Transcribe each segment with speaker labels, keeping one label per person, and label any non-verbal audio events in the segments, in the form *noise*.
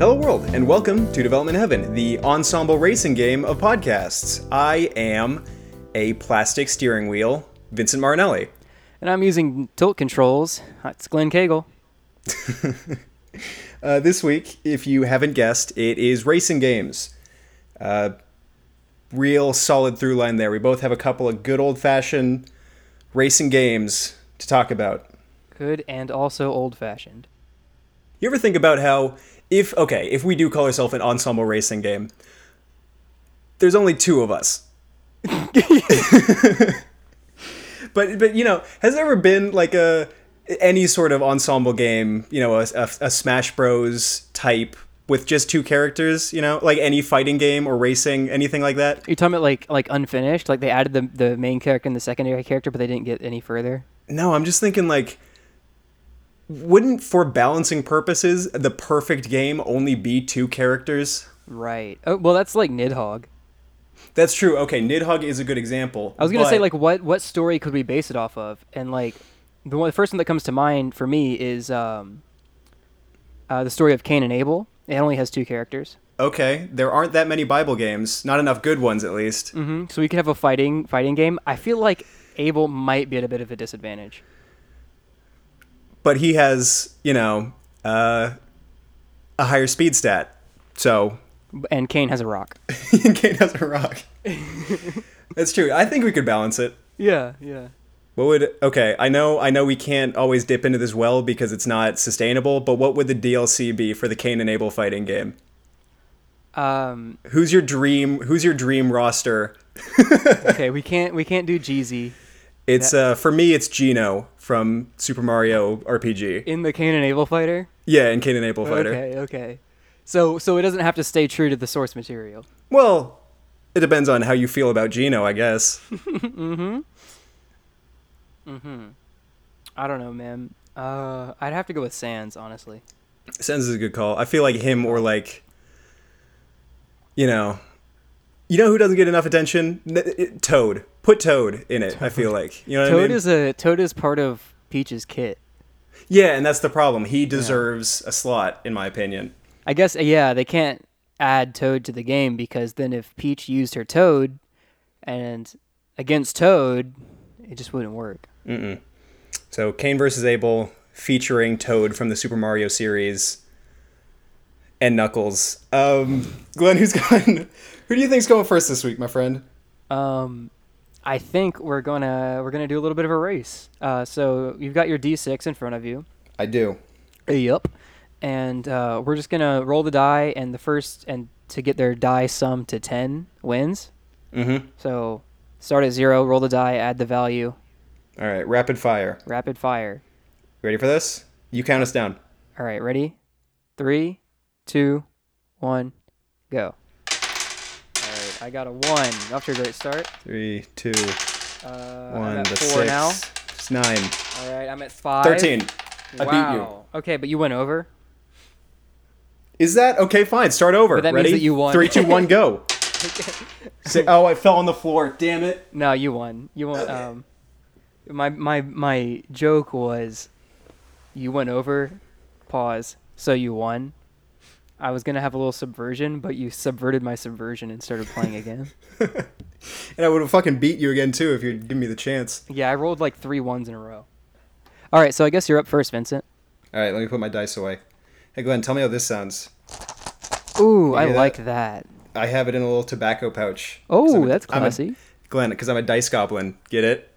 Speaker 1: and welcome to Development Heaven, the ensemble racing game of podcasts. I am a plastic steering wheel, Vincent Marinelli.
Speaker 2: And I'm using tilt controls. It's Glenn Cagle.
Speaker 1: Uh, this week, if you haven't guessed, it is racing games. Uh, real solid through line there. We both have a couple of good old fashioned racing games to talk about.
Speaker 2: Good and also old fashioned.
Speaker 1: You ever think about how if okay, if we do call ourselves an ensemble racing game, there's only two of us. *laughs* but but you know, has there ever been like a any sort of ensemble game, you know, a, a, a Smash Bros type with just two characters, you know, like any fighting game or racing, anything like that?
Speaker 2: Are you talking about like like unfinished? Like they added the the main character and the secondary character, but they didn't get any further.
Speaker 1: No, I'm just thinking like wouldn't for balancing purposes the perfect game only be two characters?
Speaker 2: Right. Oh well, that's like Nidhogg.
Speaker 1: That's true. Okay, Nidhogg is a good example.
Speaker 2: I was gonna say
Speaker 1: but-
Speaker 2: like what what story could we base it off of? And like the, one, the first one that comes to mind for me is um, uh, the story of Cain and Abel. It only has two characters,
Speaker 1: okay, there aren't that many Bible games, not enough good ones at least.
Speaker 2: hmm so we could have a fighting fighting game. I feel like Abel might be at a bit of a disadvantage.
Speaker 1: But he has, you know, uh, a higher speed stat. So *laughs*
Speaker 2: And Cain has a rock.
Speaker 1: Kane has a rock. That's true. I think we could balance it.
Speaker 2: *laughs* Yeah, yeah.
Speaker 1: What would okay? I know, I know, we can't always dip into this well because it's not sustainable. But what would the DLC be for the Cain and Abel fighting game?
Speaker 2: Um,
Speaker 1: Who's your dream? Who's your dream roster?
Speaker 2: okay, we can't we can't do Jeezy
Speaker 1: It's uh, for me, it's Gino from Super Mario RPG.
Speaker 2: in the Cain and Abel fighter.
Speaker 1: Yeah, and Cain and Abel fighter.
Speaker 2: Okay, okay. So so it doesn't have to stay true to the source material.
Speaker 1: Well, it depends on how you feel about Gino, I
Speaker 2: *laughs*
Speaker 1: guess.
Speaker 2: I don't know, man. Uh, I'd have to go with Sans, honestly.
Speaker 1: Sens is a good call. I feel like him or like, you know, you know who doesn't get enough attention? N- it- Toad. Put Toad in it. I feel like you know what
Speaker 2: Toad
Speaker 1: I mean.
Speaker 2: is a Toad is part of Peach's kit.
Speaker 1: yeah, and that's the problem. He deserves a slot, in my opinion.
Speaker 2: I guess uh, yeah, they can't add Toad to the game because then if Peach used her Toad and against Toad, it just wouldn't work.
Speaker 1: So Kane versus Abel, featuring Toad from the Super Mario series, and Knuckles. Um, Glenn, who's *laughs* going? Who do you think's going first this week, my friend?
Speaker 2: Um, I think we're gonna we're gonna do a little bit of a race. Uh, so you've got your D6 in front of you.
Speaker 1: I do.
Speaker 2: Yep. And uh, we're just gonna roll the die, and the first and to get their die sum to ten wins. Mm-hmm. So start at zero, roll the die, add the value,
Speaker 1: All right, rapid fire.
Speaker 2: rapid fire.
Speaker 1: Ready for this? You count us down.
Speaker 2: All right, ready? Three, two, one, go. All right, I got a one. Off to a great start.
Speaker 1: Three, two,
Speaker 2: Uh, I'm
Speaker 1: one,
Speaker 2: at
Speaker 1: the
Speaker 2: four
Speaker 1: six.
Speaker 2: now.
Speaker 1: It's nine.
Speaker 2: All right, I'm at five.
Speaker 1: Thirteen. I
Speaker 2: Wow.
Speaker 1: beat you.
Speaker 2: Okay, but you went over.
Speaker 1: Is that okay? Fine. Start over.
Speaker 2: But that means
Speaker 1: Ready?
Speaker 2: that you won.
Speaker 1: Three, two, one,
Speaker 2: *laughs*
Speaker 1: go. Say, oh, I fell on the floor. Damn it.
Speaker 2: No, you won. You won. Um, my my my joke was, you went over, pause. So you won. I was gonna have a little subversion, but you subverted my subversion and started playing *laughs* again.
Speaker 1: And I would have fucking beat you again too if you'd given me the chance.
Speaker 2: yeah, I rolled like three ones in a row. All right, so I guess you're up first, Vincent.
Speaker 1: All right, let me put my dice away. Hey, Glenn, tell me how this sounds.
Speaker 2: Ooh, I
Speaker 1: hear that?
Speaker 2: like that.
Speaker 1: I have it in a little tobacco pouch. 'Cause I'm
Speaker 2: Oh,
Speaker 1: a-
Speaker 2: that's
Speaker 1: I'm a-
Speaker 2: classy.
Speaker 1: Glenn, because I'm a dice goblin. Get it?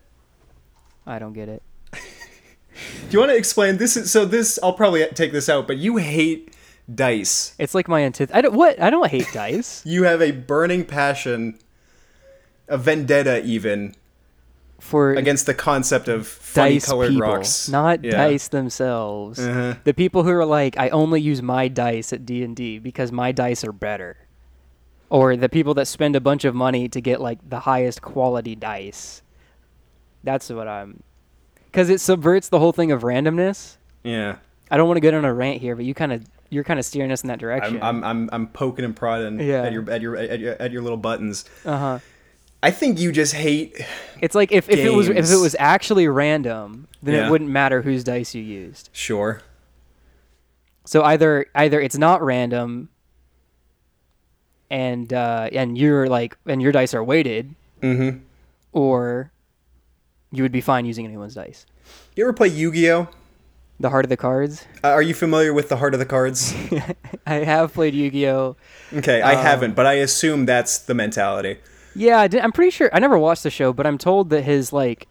Speaker 2: I I don't get it.
Speaker 1: Do you want to explain this? Is, so this, I'll probably take this out, but you hate dice.
Speaker 2: It's like my antith. I don't. What? I don't hate *laughs* dice
Speaker 1: You have a burning passion, a vendetta even
Speaker 2: for
Speaker 1: against the concept of funny
Speaker 2: dice
Speaker 1: colored
Speaker 2: people,
Speaker 1: rocks,
Speaker 2: not
Speaker 1: Yeah.
Speaker 2: dice themselves.
Speaker 1: Uh-huh.
Speaker 2: The people who are like, I only use my dice at D and D because my dice are better, or the people that spend a bunch of money to get like the highest quality dice. That's what I'm, because it subverts the whole thing of randomness.
Speaker 1: Yeah,
Speaker 2: I don't want to get on a rant here, but you kind of you're kind of steering us in that
Speaker 1: I'm,
Speaker 2: direction.
Speaker 1: I'm, I'm, I'm poking and prodding
Speaker 2: Yeah.
Speaker 1: at your, at your, at your, at your little buttons.
Speaker 2: uh huh.
Speaker 1: I think you just hate.
Speaker 2: It's like if, if it was if it
Speaker 1: Games.
Speaker 2: was actually random, then
Speaker 1: Yeah.
Speaker 2: it wouldn't matter whose dice you used.
Speaker 1: Sure.
Speaker 2: So either either it's not random and uh, and you're like and your dice are weighted,
Speaker 1: Mm-hmm.
Speaker 2: or you would be fine using anyone's dice.
Speaker 1: You ever play Yu-Gi-Oh?
Speaker 2: The heart of the cards. *laughs*
Speaker 1: Uh, are you familiar with the Heart of the Cards?
Speaker 2: I have played Yu-Gi-Oh.
Speaker 1: Okay,
Speaker 2: Uh-huh.
Speaker 1: I haven't, but I assume that's the mentality.
Speaker 2: Yeah, I did- I'm pretty sure. I never watched the show, but I'm told that his like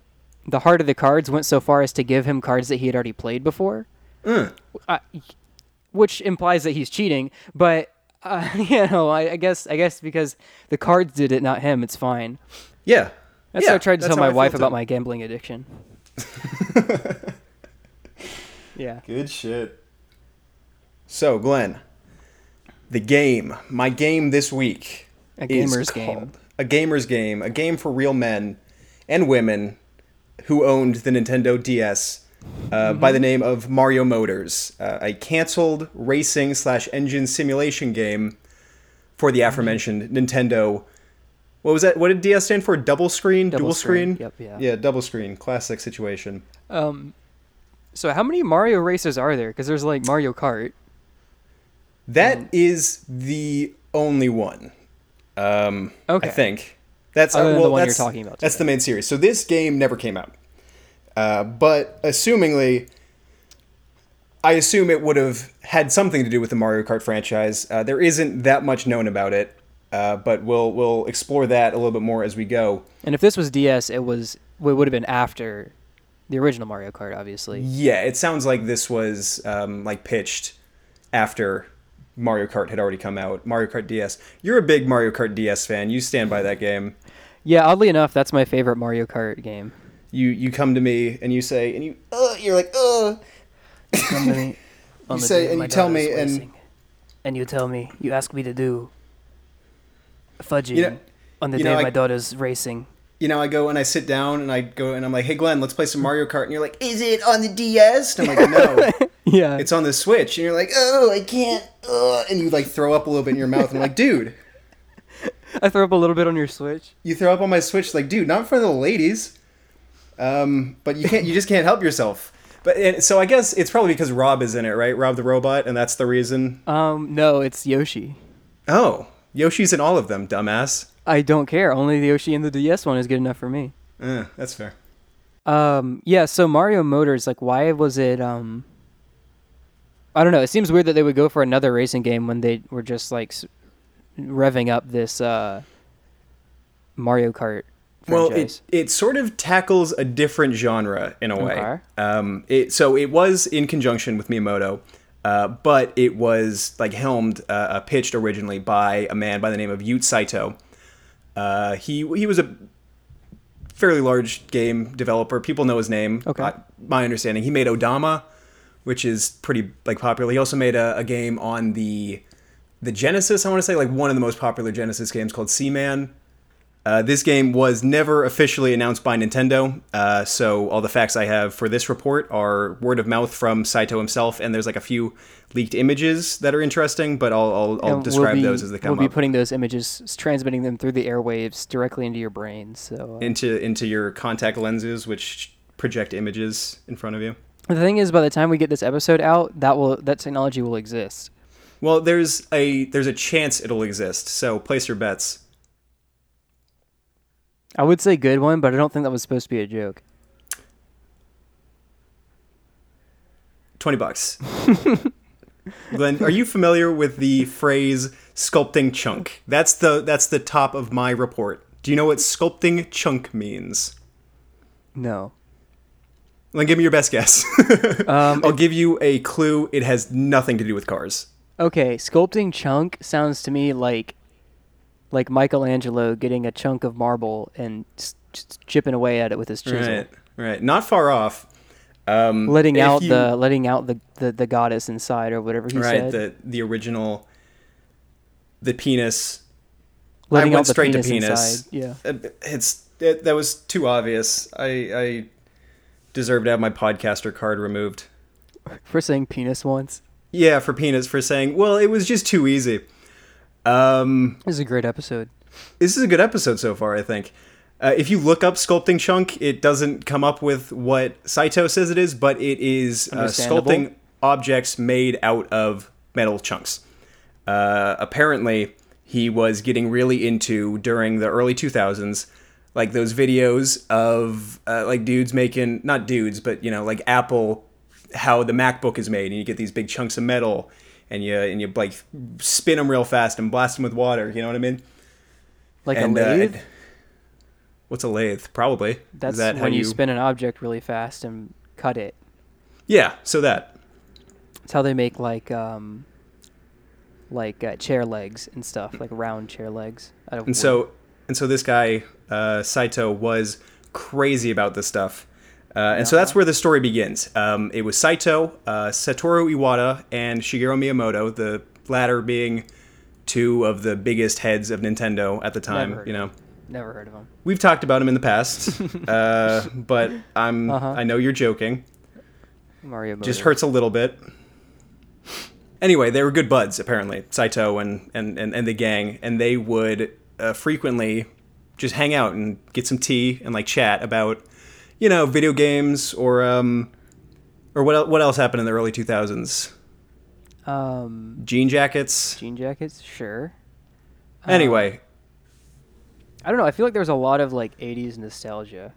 Speaker 2: the heart of the cards went so far as to give him cards that he had already played before, I- which implies that he's cheating. But uh, *laughs* you know, I, I guess I guess because the cards did it, not him, it's fine.
Speaker 1: Yeah.
Speaker 2: That's
Speaker 1: yeah,
Speaker 2: what I tried to
Speaker 1: that's how
Speaker 2: tell my
Speaker 1: I feel
Speaker 2: wife
Speaker 1: too.
Speaker 2: about my
Speaker 1: *laughs*
Speaker 2: gambling addiction. yeah.
Speaker 1: Good shit. So, Glenn, the game, my game this week,
Speaker 2: A
Speaker 1: is
Speaker 2: gamer's game.
Speaker 1: a gamer's game, a game for real men and women who owned the Nintendo DS uh,
Speaker 2: Mm-hmm.
Speaker 1: by the name of Mario Motors, uh, a canceled racing slash engine simulation game for
Speaker 2: Mm-hmm.
Speaker 1: the aforementioned Nintendo. What was that? What did DS stand for? Double screen,
Speaker 2: Double
Speaker 1: dual
Speaker 2: screen,
Speaker 1: screen.
Speaker 2: yep, yeah.
Speaker 1: Yeah, double screen, classic situation.
Speaker 2: So how many Mario racers are there? Because there's like Mario Kart. Um,
Speaker 1: That is the only one. Um,
Speaker 2: Okay.
Speaker 1: I think that's
Speaker 2: Other
Speaker 1: uh,
Speaker 2: than
Speaker 1: well,
Speaker 2: the one you're
Speaker 1: that's,
Speaker 2: talking about
Speaker 1: That's
Speaker 2: today.
Speaker 1: the main series. So this game never came out, uh, but assumingly, I assume it would have had something to do with the Mario Kart franchise. Uh, there isn't that much known about it, uh, but we'll we'll explore that a little bit more as we go.
Speaker 2: And if this was DS, it was it would have been after the original Mario Kart, obviously.
Speaker 1: Yeah, it sounds like this was um, like pitched after Mario Kart had already come out. Mario Kart DS. You're a big Mario Kart DS fan. You stand by that game.
Speaker 2: Yeah, oddly enough, that's my favorite Mario Kart game.
Speaker 1: You you come to me and you say and you uh, you're like uh
Speaker 2: you
Speaker 1: *laughs* You say, and you tell me, and-
Speaker 2: and you tell me, you ask me to do fudging
Speaker 1: You know-
Speaker 2: on the
Speaker 1: you know, I-
Speaker 2: daughter's racing.
Speaker 1: you know I go and I sit down and I go and I'm like hey Glenn let's play some Mario Kart and you're like is it on the DS and I'm like no
Speaker 2: *laughs* Yeah,
Speaker 1: it's on the Switch and you're like oh I can't uh, and you like throw up a little bit in your mouth and I'm like dude
Speaker 2: I throw up a little bit on your Switch.
Speaker 1: you throw up on my Switch, like, dude, not in front of the ladies. Um, but you can't, you just can't help yourself. But and so I guess it's probably because Rob is in it, right? Rob the robot, and that's the reason.
Speaker 2: Um, no, it's Yoshi.
Speaker 1: Oh, Yoshi's in all of them, dumbass.
Speaker 2: I don't care. Only the Yoshi and the DS one is good enough for me.
Speaker 1: Eh, that's fair.
Speaker 2: Um, yeah, so Mario Motors, like, why was it? Um, I don't know. It seems weird that they would go for another racing game when they were just like s- revving up this uh, Mario Kart.
Speaker 1: Well, it,
Speaker 2: franchise.
Speaker 1: it sort of tackles a different genre in a way.
Speaker 2: Okay.
Speaker 1: Um, it, so it was in conjunction with Miyamoto, uh, but it was like helmed, uh, uh, pitched originally by a man by the name of Yute Saito. Uh, he he was a fairly large game developer. People know his name.
Speaker 2: Okay.
Speaker 1: I- my understanding, he made Odama, which is pretty like popular. He also made a, a game on the the Genesis. I want to say like one of the most popular Genesis games called Seaman. Uh, this game was never officially announced by Nintendo, uh, so all the facts I have for this report are word of mouth from Saito himself, and there's like a few leaked images that are interesting, but I'll, I'll,
Speaker 2: And
Speaker 1: I'll
Speaker 2: we'll
Speaker 1: describe
Speaker 2: be-
Speaker 1: those as they come
Speaker 2: We'll be
Speaker 1: up
Speaker 2: putting those images, s- transmitting them through the airwaves directly into your brain. So uh,
Speaker 1: into into your contact lenses, which project images in front of you.
Speaker 2: the thing is, by the time we get this episode out, that will that technology will exist.
Speaker 1: Well, there's a there's a chance it'll exist, so place your bets.
Speaker 2: I would say good one, but I don't think that was supposed to be a joke.
Speaker 1: Twenty bucks. *laughs* Glenn, are you familiar with the phrase sculpting chunk? That's the that's the top of my report. Do you know what sculpting chunk means?
Speaker 2: No.
Speaker 1: Glenn, give me your best guess. *laughs* I'll give you a clue. It has nothing to do with cars.
Speaker 2: Okay, sculpting chunk sounds to me like like Michelangelo getting a chunk of marble and s- s- chipping away at it with his chisel,
Speaker 1: Right, right. Not far off. Um,
Speaker 2: letting
Speaker 1: if
Speaker 2: out
Speaker 1: you-
Speaker 2: the letting out the, the the goddess inside or whatever he
Speaker 1: right
Speaker 2: said,
Speaker 1: the the original the penis
Speaker 2: letting
Speaker 1: I went
Speaker 2: out the
Speaker 1: straight
Speaker 2: penis
Speaker 1: to penis.
Speaker 2: inside. Yeah,
Speaker 1: Uh, It's it, that was too obvious. I I deserve to have my podcaster card removed.
Speaker 2: for saying penis once.
Speaker 1: Yeah, for penis for saying, well, it was just too easy. Um,
Speaker 2: This is a great episode.
Speaker 1: this is a good episode so far. I think. Uh, if you look up sculpting chunk, it doesn't come up with what Saito says it is, but it is uh,
Speaker 2: Understandable.
Speaker 1: sculpting objects made out of metal chunks. Uh, apparently, he was getting really into during the early 2000s like those videos of uh, like dudes making not dudes but you know like apple how the macbook is made and you get these big chunks of metal and you and you like spin them real fast and blast them with water you know what i mean
Speaker 2: Like
Speaker 1: and
Speaker 2: a
Speaker 1: uh,
Speaker 2: lathe.
Speaker 1: and- what's a lathe probably
Speaker 2: That's
Speaker 1: is that how
Speaker 2: when you
Speaker 1: you
Speaker 2: spin an object really fast and cut it.
Speaker 1: yeah so that
Speaker 2: It's how they make like um like uh, chair legs and stuff, like round chair legs. Out of wood.
Speaker 1: And so, and so this guy uh, Saito was crazy about this stuff, uh, and so
Speaker 2: Uh-huh.
Speaker 1: that's where the story begins. Um, it was Saito, uh, Satoru Iwata, and Shigeru Miyamoto. The latter being two of the biggest heads of Nintendo at the time.
Speaker 2: Never heard
Speaker 1: You know,
Speaker 2: of never heard of them.
Speaker 1: we've talked about him in the
Speaker 2: *laughs*
Speaker 1: past, uh, but I'm
Speaker 2: Uh-huh.
Speaker 1: I know you're joking.
Speaker 2: Mario Motor.
Speaker 1: Just hurts a little bit. Anyway, they were good buds apparently, Saito and and and, and the gang, and they would uh, frequently just hang out and get some tea and like chat about you know video games or um or what el- what else happened in the early 2000s?
Speaker 2: Um,
Speaker 1: Jean jackets.
Speaker 2: jean jackets, sure.
Speaker 1: Anyway,
Speaker 2: I don't know. I feel like there's a lot of like '80s nostalgia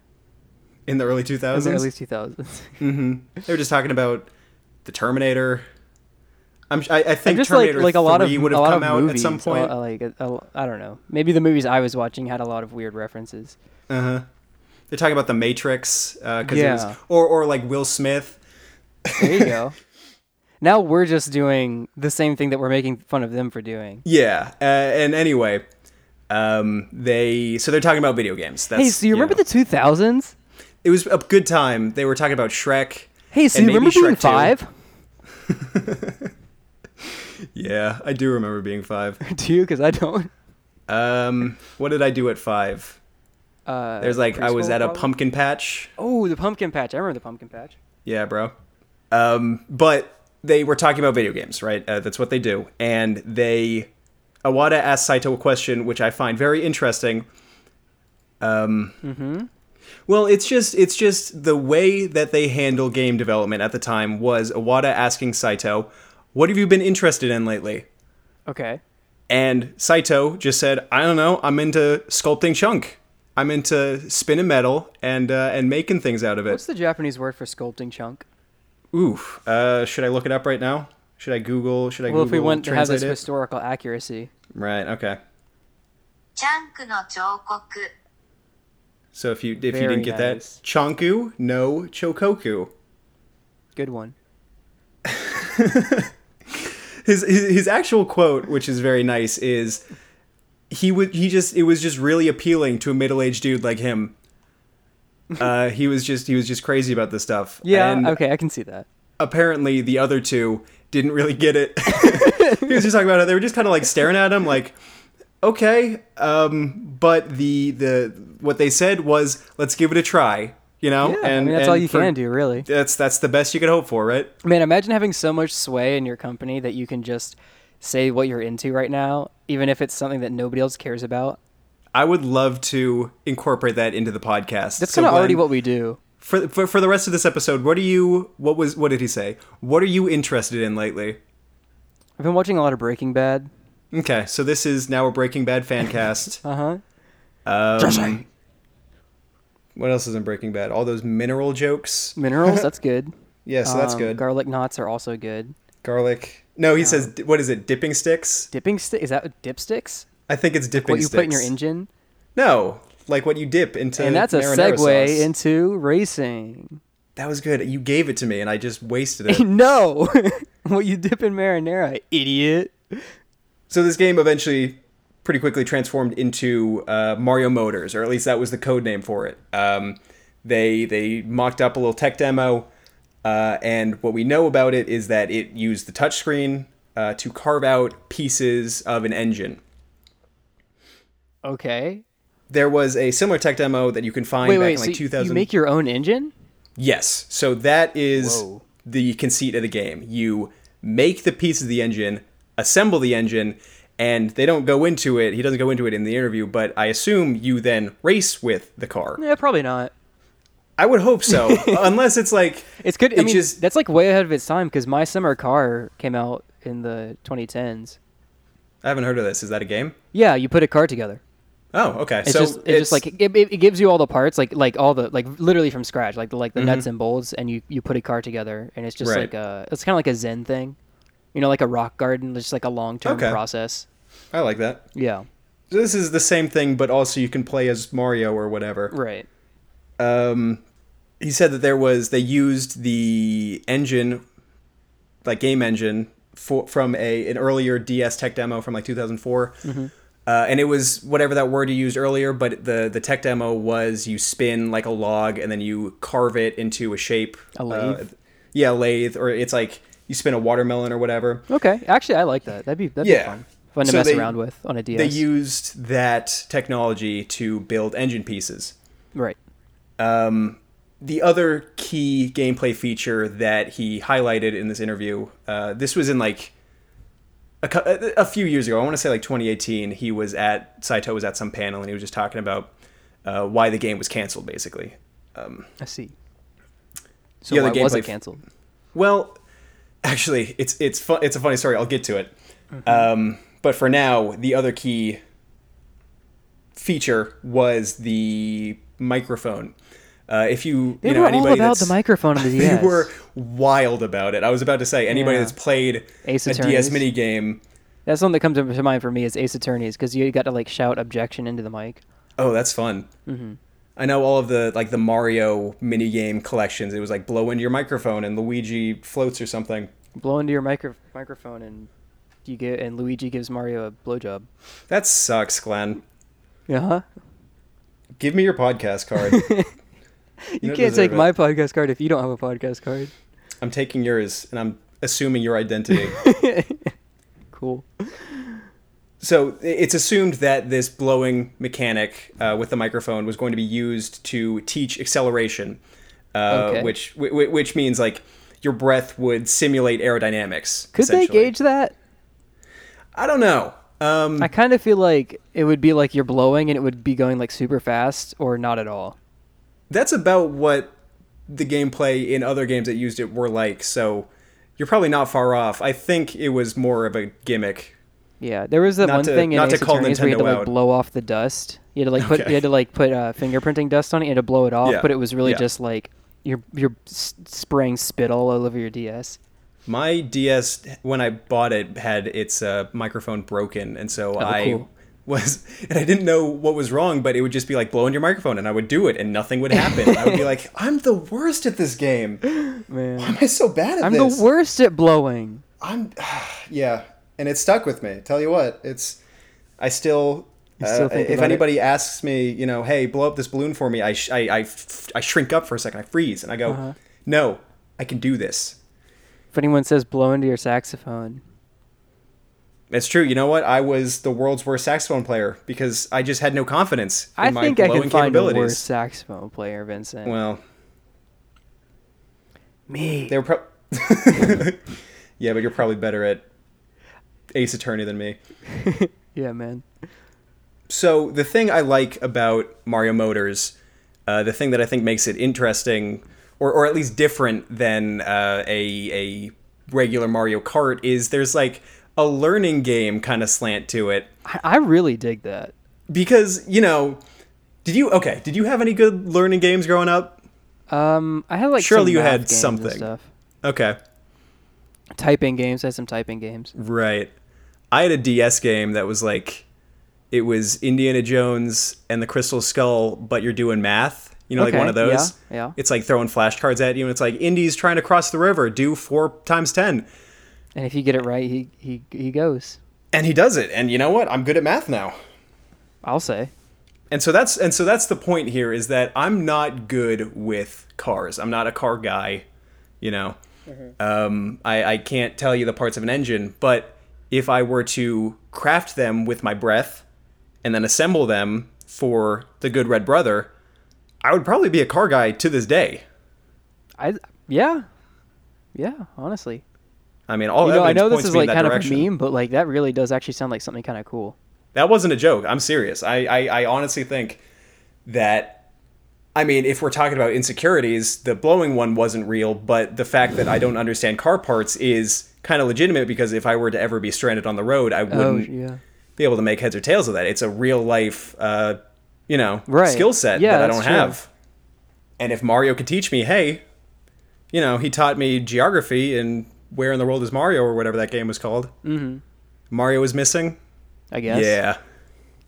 Speaker 1: in the early
Speaker 2: in
Speaker 1: 2000s,
Speaker 2: the early 2000s.
Speaker 1: they were just talking about the Terminator. I'm, I, I think
Speaker 2: *laughs* just like
Speaker 1: Terminator
Speaker 2: like a lot of
Speaker 1: 3 would
Speaker 2: a
Speaker 1: have
Speaker 2: lot
Speaker 1: come
Speaker 2: of
Speaker 1: out at
Speaker 2: movies,
Speaker 1: some point.
Speaker 2: uh, like a, a, I don't know. Maybe the movies I was watching had a lot of weird references.
Speaker 1: They're talking about the Matrix, uh, 'cause it
Speaker 2: Yeah.
Speaker 1: was, or or like Will Smith.
Speaker 2: There you
Speaker 1: *laughs*
Speaker 2: go. now we're just doing the same thing that we're making fun of them for doing.
Speaker 1: Yeah, uh, and anyway, um, they so they're talking about video games. That's,
Speaker 2: Hey, so you remember
Speaker 1: know,
Speaker 2: the 2000s?
Speaker 1: It was a good time. They were talking about Shrek.
Speaker 2: Hey, so
Speaker 1: and
Speaker 2: you
Speaker 1: maybe
Speaker 2: remember being
Speaker 1: Shrek 2.
Speaker 2: five? *laughs*
Speaker 1: Yeah, I do remember being five.
Speaker 2: Do you? Because I don't.
Speaker 1: Um, what did I do at five?
Speaker 2: Uh,
Speaker 1: There's like I was
Speaker 2: preschool,
Speaker 1: at a
Speaker 2: probably?
Speaker 1: pumpkin patch.
Speaker 2: Oh, the pumpkin patch. I remember the pumpkin patch.
Speaker 1: Yeah, bro. Um, but they were talking about video games, right? Uh, that's what they do. And they, Awada asked Saito a question, which I find very interesting. Um, Well, it's just it's just the way that they handle game development at the time was Awada asking Saito, "What have you been interested in lately?"
Speaker 2: Okay.
Speaker 1: And Saito just said, "I don't know. I'm into sculpting chunk. I'm into spinning metal and uh, and making things out of it."
Speaker 2: What's the Japanese word for sculpting chunk?
Speaker 1: Oof. Uh, should I look it up right now? Should I Google? Should I
Speaker 2: Well,
Speaker 1: Google
Speaker 2: if we want to have
Speaker 1: translate
Speaker 2: this
Speaker 1: it?
Speaker 2: historical accuracy,
Speaker 1: Right. Okay.
Speaker 3: チャンクの彫刻
Speaker 1: So if you if you
Speaker 2: Very
Speaker 1: didn't get
Speaker 2: nice.
Speaker 1: that, Chonku no Chokoku.
Speaker 2: good one.
Speaker 1: His, his his actual quote, which is very nice, is he would he just it was just really appealing to a middle aged dude like him. Uh, he was just he was just crazy about this stuff.
Speaker 2: Yeah.
Speaker 1: And
Speaker 2: okay, I can see that.
Speaker 1: apparently the other two didn't really get
Speaker 2: *laughs*
Speaker 1: it. *laughs* he was just talking about how they were just kind of like staring at him, like, okay, um, but the the what they said was, let's give it a try, you know.
Speaker 2: Yeah, I mean that's all you
Speaker 1: for-
Speaker 2: can do, really.
Speaker 1: That's that's the best you could hope for, right?
Speaker 2: Man, imagine having so much sway in your company that you can just say what you're into right now, even if it's something that nobody else cares about.
Speaker 1: I would love to incorporate that into the podcast.
Speaker 2: That's
Speaker 1: So,
Speaker 2: kind of already
Speaker 1: Glenn,
Speaker 2: what we do.
Speaker 1: for, for for the rest of this episode. What are you? What was? What did he say? What are you interested in lately?
Speaker 2: I've been watching a lot of Breaking Bad.
Speaker 1: Okay, so this is now a Breaking Bad fan
Speaker 2: *laughs*
Speaker 1: cast.
Speaker 2: Uh huh.
Speaker 1: Um, what else is in Breaking Bad? All those mineral jokes.
Speaker 2: Minerals, that's *laughs* good.
Speaker 1: Yeah, so that's
Speaker 2: Um,
Speaker 1: good.
Speaker 2: Garlic knots are also good.
Speaker 1: Garlic. No, he says says, what is it? Dipping sticks.
Speaker 2: Dipping stick is that dipsticks?
Speaker 1: I think it's dipping
Speaker 2: What you
Speaker 1: sticks.
Speaker 2: put in your engine?
Speaker 1: No, like what you dip into.
Speaker 2: and that's a
Speaker 1: marinara
Speaker 2: segue
Speaker 1: sauce.
Speaker 2: into racing. *laughs*
Speaker 1: That was good. You gave it to me, and I just wasted it.
Speaker 2: no, *laughs* what you dip in marinara, idiot.
Speaker 1: so this game eventually, pretty quickly transformed into uh, Mario Motors, or at least that was the code name for it. Um, they they mocked up a little tech demo, uh, and what we know about it is that it used the touchscreen uh, to carve out pieces of an engine.
Speaker 2: Okay.
Speaker 1: There was a similar tech demo that you can find
Speaker 2: Wait,
Speaker 1: back
Speaker 2: wait.
Speaker 1: in
Speaker 2: So
Speaker 1: like
Speaker 2: you-
Speaker 1: 2000.
Speaker 2: you make your own engine?
Speaker 1: Yes. So that is
Speaker 2: Whoa.
Speaker 1: the conceit of the game. You make the piece of the engine, assemble the engine, and they don't go into it. He doesn't go into it in the interview, but I assume you then race with the car.
Speaker 2: Yeah, probably not.
Speaker 1: I would hope
Speaker 2: *laughs*
Speaker 1: so, unless it's like
Speaker 2: It's good. I
Speaker 1: It
Speaker 2: mean,
Speaker 1: just-
Speaker 2: that's like way ahead of its time because my summer car came out in the 2010s.
Speaker 1: I haven't heard of this. Is that a game?
Speaker 2: Yeah, you put a card together.
Speaker 1: Oh, okay.
Speaker 2: It's
Speaker 1: so
Speaker 2: just it's, just like it, it, it gives you all the parts, like like all the like literally from scratch, like the like the nuts and bolts, and you you put a card together, and it's just
Speaker 1: Mm-hmm. Right.
Speaker 2: like a it's kind of like a Zen thing, you know, like a rock garden, just like a long term
Speaker 1: Okay.
Speaker 2: process.
Speaker 1: I like that.
Speaker 2: Yeah,
Speaker 1: So this is the same thing, but also you can play as Mario or whatever.
Speaker 2: right.
Speaker 1: He said that there was they used the engine, like game engine, for, from a an earlier DS tech demo from like 2004,
Speaker 2: Mm-hmm.
Speaker 1: uh, and it was whatever that word you used earlier. But the the tech demo was you spin like a log and then you carve it into a shape.
Speaker 2: A lathe?
Speaker 1: Uh, yeah, a lathe, or it's like you spin a watermelon or whatever.
Speaker 2: Okay, actually, I like that. That'd be that'd
Speaker 1: Yeah.
Speaker 2: be fun, fun to
Speaker 1: So
Speaker 2: mess
Speaker 1: they-
Speaker 2: around with on a DS.
Speaker 1: They used that technology to build engine pieces.
Speaker 2: right.
Speaker 1: the other key gameplay feature that he highlighted in this interview, uh, this was in like a, cou- a- a few years ago. I want to say like 2018. He was at Saito was at some panel and he was just talking about uh, why the game was canceled, basically.
Speaker 2: I see. So
Speaker 1: Yeah, the
Speaker 2: why was
Speaker 1: gameplay
Speaker 2: it
Speaker 1: f-
Speaker 2: canceled?
Speaker 1: Well, actually, it's it's fu- it's a funny story. I'll get to it. Um, but for now, the other key feature was the microphone. Uh, if you
Speaker 2: They
Speaker 1: you know
Speaker 2: were
Speaker 1: anybody
Speaker 2: all about
Speaker 1: that's,
Speaker 2: the microphone on the
Speaker 1: *laughs* they
Speaker 2: DS.
Speaker 1: were wild about it. I was about to say anybody
Speaker 2: Yeah.
Speaker 1: that's played
Speaker 2: Ace
Speaker 1: a DS
Speaker 2: Attorneys.
Speaker 1: minigame.
Speaker 2: That's something that comes to mind for me is Ace Attorneys because you got to like shout objection into the mic.
Speaker 1: Oh, that's fun.
Speaker 2: Mm-hmm.
Speaker 1: I know all of the like the Mario minigame collections. It was like blow into your microphone and Luigi floats or something.
Speaker 2: blow into your micro- microphone and you get and Luigi gives Mario a blowjob.
Speaker 1: That sucks, Glenn.
Speaker 2: Yeah, huh?
Speaker 1: Give me your podcast
Speaker 2: *laughs*
Speaker 1: card.
Speaker 2: You,
Speaker 1: don't
Speaker 2: can't take
Speaker 1: deserve it.
Speaker 2: my podcast card if you don't have a podcast card.
Speaker 1: I'm taking yours and I'm assuming your
Speaker 2: *laughs*
Speaker 1: identity.
Speaker 2: Cool.
Speaker 1: so i- it's assumed that this blowing mechanic uh, with the microphone was going to be used to teach acceleration, uh,
Speaker 2: Okay.
Speaker 1: which whi- whi- which means like your breath would simulate aerodynamics.
Speaker 2: Could they
Speaker 1: essentially.
Speaker 2: gauge that?
Speaker 1: I don't know. Um,
Speaker 2: I kind of feel like it would be like you're blowing and it would be going like super fast or not at all.
Speaker 1: that's about what the gameplay in other games that used it were like. So you're probably not far off. I think it was more of a gimmick.
Speaker 2: Yeah, there was that
Speaker 1: Not
Speaker 2: one
Speaker 1: to-
Speaker 2: thing in
Speaker 1: not to
Speaker 2: Ace
Speaker 1: call
Speaker 2: Attorneys where you had
Speaker 1: Nintendo
Speaker 2: to like
Speaker 1: out.
Speaker 2: blow off the dust. You had to like put
Speaker 1: Okay.
Speaker 2: you had to like put uh, fingerprinting dust on it. You had to blow it off,
Speaker 1: Yeah,
Speaker 2: but it was really
Speaker 1: yeah.
Speaker 2: just like you're you're s- spraying spit all over your DS.
Speaker 1: My DS, when I bought it, had its uh, microphone broken, and so I
Speaker 2: Oh, cool.
Speaker 1: was, *laughs* and I didn't know what was wrong, but it would just be like blow in your microphone, and I would do it, and nothing would happen. And I
Speaker 2: *laughs*
Speaker 1: would be like, I'm the worst at this game. Why am I so bad at
Speaker 2: I'm
Speaker 1: this?
Speaker 2: the worst at blowing.
Speaker 1: I'm, *sighs* yeah, and it stuck with me. Tell you what, it's, I still.
Speaker 2: still
Speaker 1: uh,
Speaker 2: think
Speaker 1: if
Speaker 2: about it?
Speaker 1: anybody asks me, you know, hey, blow up this balloon for me, I, sh- I, I, f- I shrink up for a second, I freeze, and I go,
Speaker 2: Uh-huh.
Speaker 1: no, I can do this.
Speaker 2: If anyone says blow into your saxophone,
Speaker 1: It's true. You know what? I was the world's worst saxophone player because I just had no confidence in
Speaker 2: I
Speaker 1: my
Speaker 2: think I
Speaker 1: blowing
Speaker 2: can find a
Speaker 1: capabilities.
Speaker 2: worse saxophone player, Vincent.
Speaker 1: Well,
Speaker 2: me.
Speaker 1: they were pro- *laughs* Yeah, but you're probably better at Ace Attorney than me.
Speaker 2: Yeah, man.
Speaker 1: So the thing I like about Mario Motors, uh, the thing that I think makes it interesting, or or at least different than uh, a a regular Mario Kart, is there's like a learning game kind of slant to it.
Speaker 2: I, I really dig that.
Speaker 1: because you know did you okay did you have any good learning games growing up
Speaker 2: Um, I had like
Speaker 1: Surely
Speaker 2: some
Speaker 1: you
Speaker 2: math
Speaker 1: had
Speaker 2: games and
Speaker 1: something.
Speaker 2: stuff.
Speaker 1: okay
Speaker 2: Typing games. I had some typing games.
Speaker 1: right i had a ds game that was like it was indiana jones and the crystal skull but you're doing math you know like
Speaker 2: Okay,
Speaker 1: one of those
Speaker 2: yeah, yeah.
Speaker 1: it's like throwing flashcards at you and it's like indy's trying to cross the river do four times ten
Speaker 2: And if you get it right, he he he goes.
Speaker 1: and he does it and you know what i'm good at math now
Speaker 2: I'll say.
Speaker 1: and so that's and so that's the point here is that I'm not good with cars. I'm not a car guy, you know.
Speaker 2: Mm-hmm.
Speaker 1: Um, I, I can't tell you the parts of an engine, but if I were to craft them with my breath and then assemble them for the Good Red Brother, I would probably be a car guy to this day.
Speaker 2: I yeah, yeah. Honestly,
Speaker 1: I mean, all
Speaker 2: you know, I
Speaker 1: evidence
Speaker 2: know this
Speaker 1: points
Speaker 2: is
Speaker 1: me in
Speaker 2: like
Speaker 1: that
Speaker 2: kind
Speaker 1: direction.
Speaker 2: of a meme, but like that really does actually sound like something kind of cool.
Speaker 1: That wasn't a joke. I'm serious. I, I, I honestly think that I mean, if we're talking about insecurities, the blowing one wasn't real, but the fact that I don't understand car parts is kind of legitimate because if I were to ever be stranded on the road, I
Speaker 2: Oh
Speaker 1: wouldn't
Speaker 2: yeah.
Speaker 1: be able to make heads or tails of that. It's a real life, uh, you know,
Speaker 2: Right.
Speaker 1: skill set
Speaker 2: Yeah,
Speaker 1: that I
Speaker 2: that's
Speaker 1: don't
Speaker 2: true.
Speaker 1: have. And if Mario could teach me, hey, you know, he taught me geography and where in the world is Mario or whatever that game was called. Mm-hmm. Mario is missing.
Speaker 2: I guess.
Speaker 1: Yeah,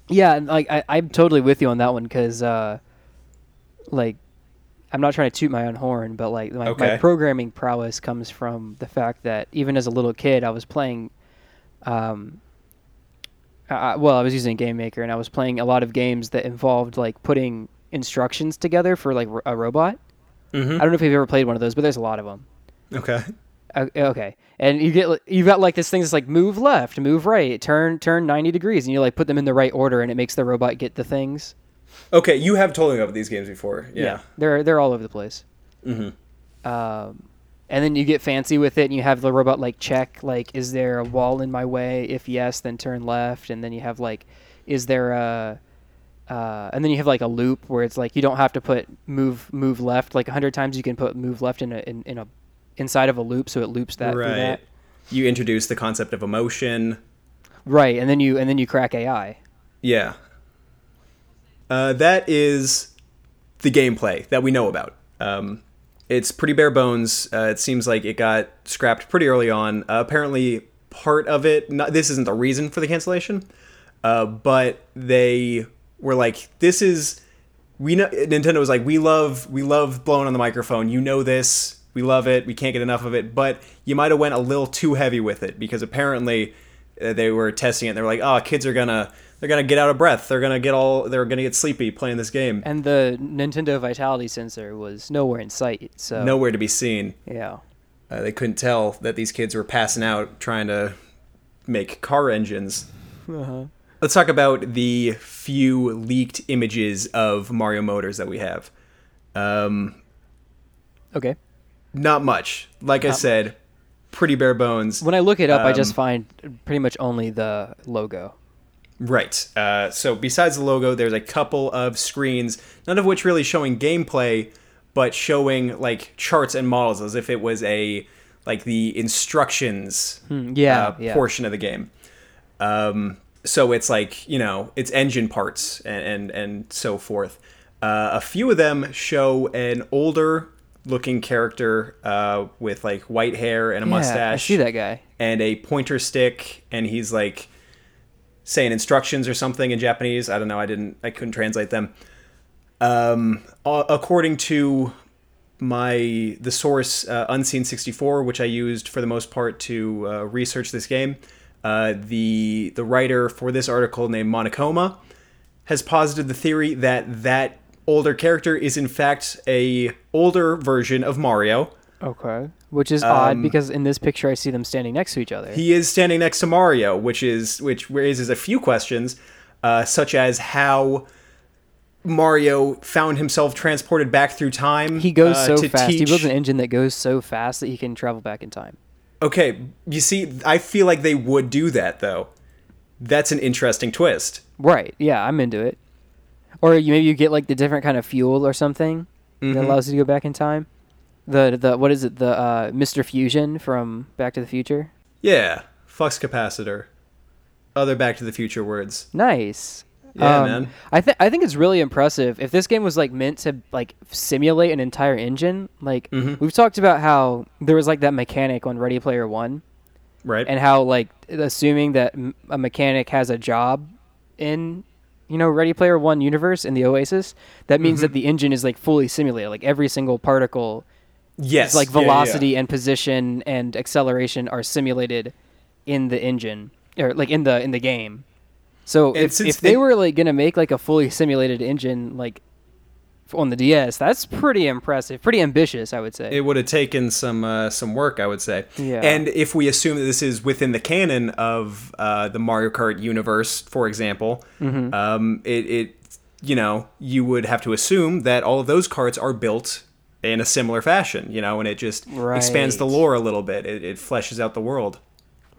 Speaker 2: Yeah, and, like I, I'm totally with you on that one because, uh, like, I'm not trying to toot my own horn, but like my, my
Speaker 1: Okay.
Speaker 2: programming prowess comes from the fact that even as a little kid, I was playing, um, I, I- well, I was using Game Maker and I was playing a lot of games that involved like putting instructions together for like ro- a robot. I don't know if you've ever played one of those, but there's a lot of them.
Speaker 1: Okay.
Speaker 2: O- Okay, and you get you've got like this thing that's like move left, move right, turn turn ninety degrees, and you like put them in the right order, and it makes the robot get the things.
Speaker 1: Okay, you have told me about these games before. Yeah.
Speaker 2: they're they're all over the place. Mm-hmm. Um, and then you get fancy with it, and you have the robot like check like is there a wall in my way? If yes, then turn left, and then you have like is there a uh, and then you have like a loop where it's like you don't have to put move move left like a hundred times. You can put move left in a in, in a inside of a loop, so it loops that through
Speaker 1: Right.
Speaker 2: that.
Speaker 1: You introduce the concept of emotion.
Speaker 2: Right, and then you and then you crack AI.
Speaker 1: Yeah. Uh, that is the gameplay that we know about. Um, it's pretty bare bones. Uh, it seems like it got scrapped pretty early on. Uh, apparently, part of it, not, this isn't the reason for the cancellation, uh, but they were like, this is. We know Nintendo was like, we love, we love blowing on the microphone. You know this, we love it. We can't get enough of it. But you might have went a little too heavy with it because apparently uh, they were testing it. and They were like, oh, kids are gonna, they're gonna get out of breath. They're gonna get all, they're gonna get sleepy playing this game.
Speaker 2: And the Nintendo Vitality sensor was nowhere in sight. So
Speaker 1: Nowhere to be seen.
Speaker 2: yeah.
Speaker 1: Uh, they couldn't tell that these kids were passing out trying to make car engines. Let's talk about the few leaked images of Mario Motors that we have. Um,
Speaker 2: Okay.
Speaker 1: not much. Like I said, pretty bare bones.
Speaker 2: When I look it up, I just
Speaker 1: Um,
Speaker 2: find pretty much only the logo.
Speaker 1: Right. Uh, so besides the logo, there's a couple of screens, none of which really showing gameplay, but showing like charts and models as if it was a like the instructions
Speaker 2: Hmm. yeah,
Speaker 1: uh,
Speaker 2: yeah.
Speaker 1: portion of the game. Um, so it's like you know it's engine parts and and, and so forth. Uh, a few of them show an older looking character uh, with like white hair and a
Speaker 2: Yeah,
Speaker 1: mustache
Speaker 2: I see that guy.
Speaker 1: and a pointer stick and he's like saying instructions or something in Japanese. I don't know. I didn't I couldn't translate them. Um a- according to my the source uh, unseen 64 which I used for the most part to uh, research this game. Uh, the the writer for this article named Monokoma has posited the theory that that older character is in fact a older version of Mario.
Speaker 2: Okay. Which is odd because in this picture I see them standing next to each other.
Speaker 1: Um, he is standing next to Mario, which is which raises a few questions, uh, such as how Mario found himself transported back through time.
Speaker 2: He goes
Speaker 1: uh,
Speaker 2: so
Speaker 1: to
Speaker 2: fast. He
Speaker 1: teach-
Speaker 2: builds an engine that goes so fast that he can travel back in time.
Speaker 1: okay, you see, I feel like they would do that though. That's an interesting twist.
Speaker 2: Right. Yeah, I'm into it. Or you, maybe you get like the different kind of fuel or something
Speaker 1: Mm-hmm.
Speaker 2: that allows you to go back in time. The the what is it? The uh, Mr. Fusion from Back to the Future.
Speaker 1: Yeah, flux capacitor. Other Back to the Future words.
Speaker 2: Nice. Um,
Speaker 1: Yeah, man.
Speaker 2: I think I think it's really impressive. If this game was like meant to like simulate an entire engine, like
Speaker 1: Mm-hmm.
Speaker 2: we've talked about how there was like that mechanic on Ready Player One,
Speaker 1: Right.
Speaker 2: and how like assuming that m- a mechanic has a job in you know Ready Player One universe in the Oasis, that means
Speaker 1: Mm-hmm.
Speaker 2: that the engine is like fully simulated. Like every single particle,
Speaker 1: yes.
Speaker 2: like
Speaker 1: yeah, yeah, yeah.
Speaker 2: velocity and position and acceleration are simulated in the engine or like in the in the game. So if,
Speaker 1: since
Speaker 2: if they
Speaker 1: they-
Speaker 2: were like gonna make like a fully simulated engine like f- on the DS, that's pretty impressive, pretty ambitious, I would say.
Speaker 1: it would have taken some uh, some work, I would say.
Speaker 2: Yeah.
Speaker 1: And if we assume that this is within the canon of uh, the Mario Kart universe, for example,
Speaker 2: Mm-hmm.
Speaker 1: um, it, it you know you would have to assume that all of those carts are built in a similar fashion, you know, and it just expands the
Speaker 2: Right.
Speaker 1: lore a little bit. It, it fleshes out the world.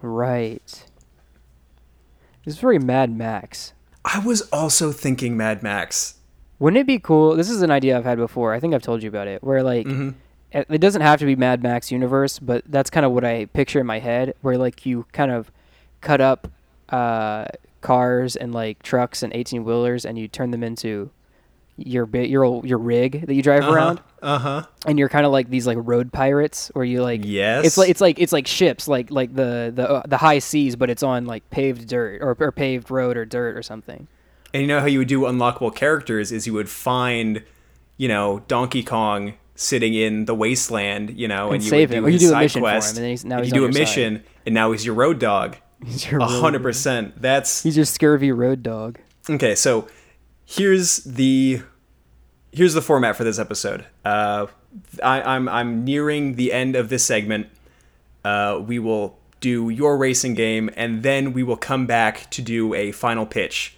Speaker 2: right. It's very Mad Max.
Speaker 1: I was also thinking Mad Max.
Speaker 2: Wouldn't it be cool? This is an idea I've had before. I think I've told you about it. Where like it it doesn't have to be Mad Max universe, but that's kind of what I picture in my head. Where like you kind of cut up uh, cars and like trucks and eighteen wheelers, and you turn them into your bit your old, your rig that you drive around.
Speaker 1: Uh huh.
Speaker 2: and you're kind of like these like road pirates where you like
Speaker 1: Yes.
Speaker 2: it's like it's like it's like ships like like the the uh, the high seas but it's on like paved dirt or, or paved road or dirt or something
Speaker 1: And you know how you would do unlockable characters is you would find, you know, Donkey Kong sitting in the wasteland, you know, and, you
Speaker 2: save
Speaker 1: would
Speaker 2: him,
Speaker 1: do
Speaker 2: or you
Speaker 1: his
Speaker 2: do a
Speaker 1: side
Speaker 2: mission for him,
Speaker 1: quest.
Speaker 2: and then he's- now he's
Speaker 1: you do
Speaker 2: on
Speaker 1: a
Speaker 2: your
Speaker 1: mission, and now he's your road dog.
Speaker 2: He's your
Speaker 1: A
Speaker 2: road-
Speaker 1: hundred percent. That's
Speaker 2: he's your scurvy road dog
Speaker 1: okay. So here's the here's the format for this episode. Uh, I, I'm I'm nearing the end of this segment. Uh, we will do your racing game, and then we will come back to do a final pitch.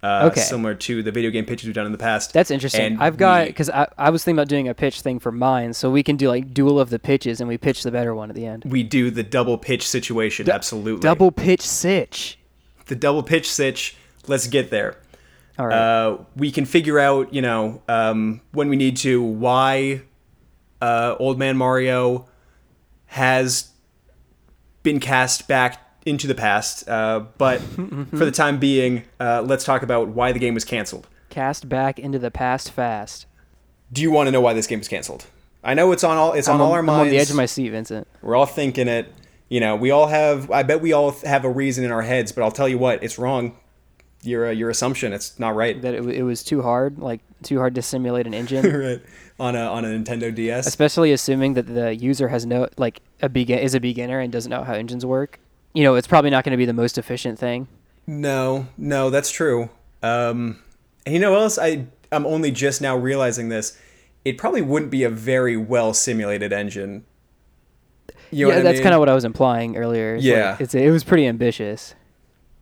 Speaker 1: Uh,
Speaker 2: Okay.
Speaker 1: Similar to the video game pitches we've done in the past.
Speaker 2: that's interesting
Speaker 1: And
Speaker 2: i've got
Speaker 1: we-
Speaker 2: because I, I was thinking about doing a pitch thing for mine so we can do like duel of the pitches and we pitch the better one at the end
Speaker 1: we do the double pitch situation. absolutely.
Speaker 2: double pitch sitch
Speaker 1: the double pitch sitch. Let's get there.
Speaker 2: all right
Speaker 1: Uh, we can figure out, you know, um, when we need to, why uh, Old Man Mario has been cast back into the past. Uh,
Speaker 2: *laughs*
Speaker 1: but for the time being, uh, let's talk about why the game was canceled.
Speaker 2: cast back into the past fast
Speaker 1: Do you want to know why this game was canceled? I know it's on all it's on
Speaker 2: I'm
Speaker 1: all our
Speaker 2: I'm
Speaker 1: minds.
Speaker 2: on the edge of my seat vincent
Speaker 1: We're all thinking it. You know, we all have. I bet we all have a reason in our heads, but I'll tell you what, it's wrong. Your uh, your assumption, it's not right.
Speaker 2: that it, w- it was too hard like too hard to simulate an engine
Speaker 1: *laughs* right on a on a Nintendo DS.
Speaker 2: especially assuming that the user has no like a begin is a beginner and doesn't know how engines work you know it's probably not going to be the most efficient thing
Speaker 1: No, no, that's true. Um, and you know what else? I I'm only just now realizing this. It probably wouldn't be a very well simulated engine. You know
Speaker 2: yeah
Speaker 1: what I
Speaker 2: that's
Speaker 1: mean?
Speaker 2: kind of what i was implying earlier It's like-
Speaker 1: Yeah.
Speaker 2: it's, it was pretty ambitious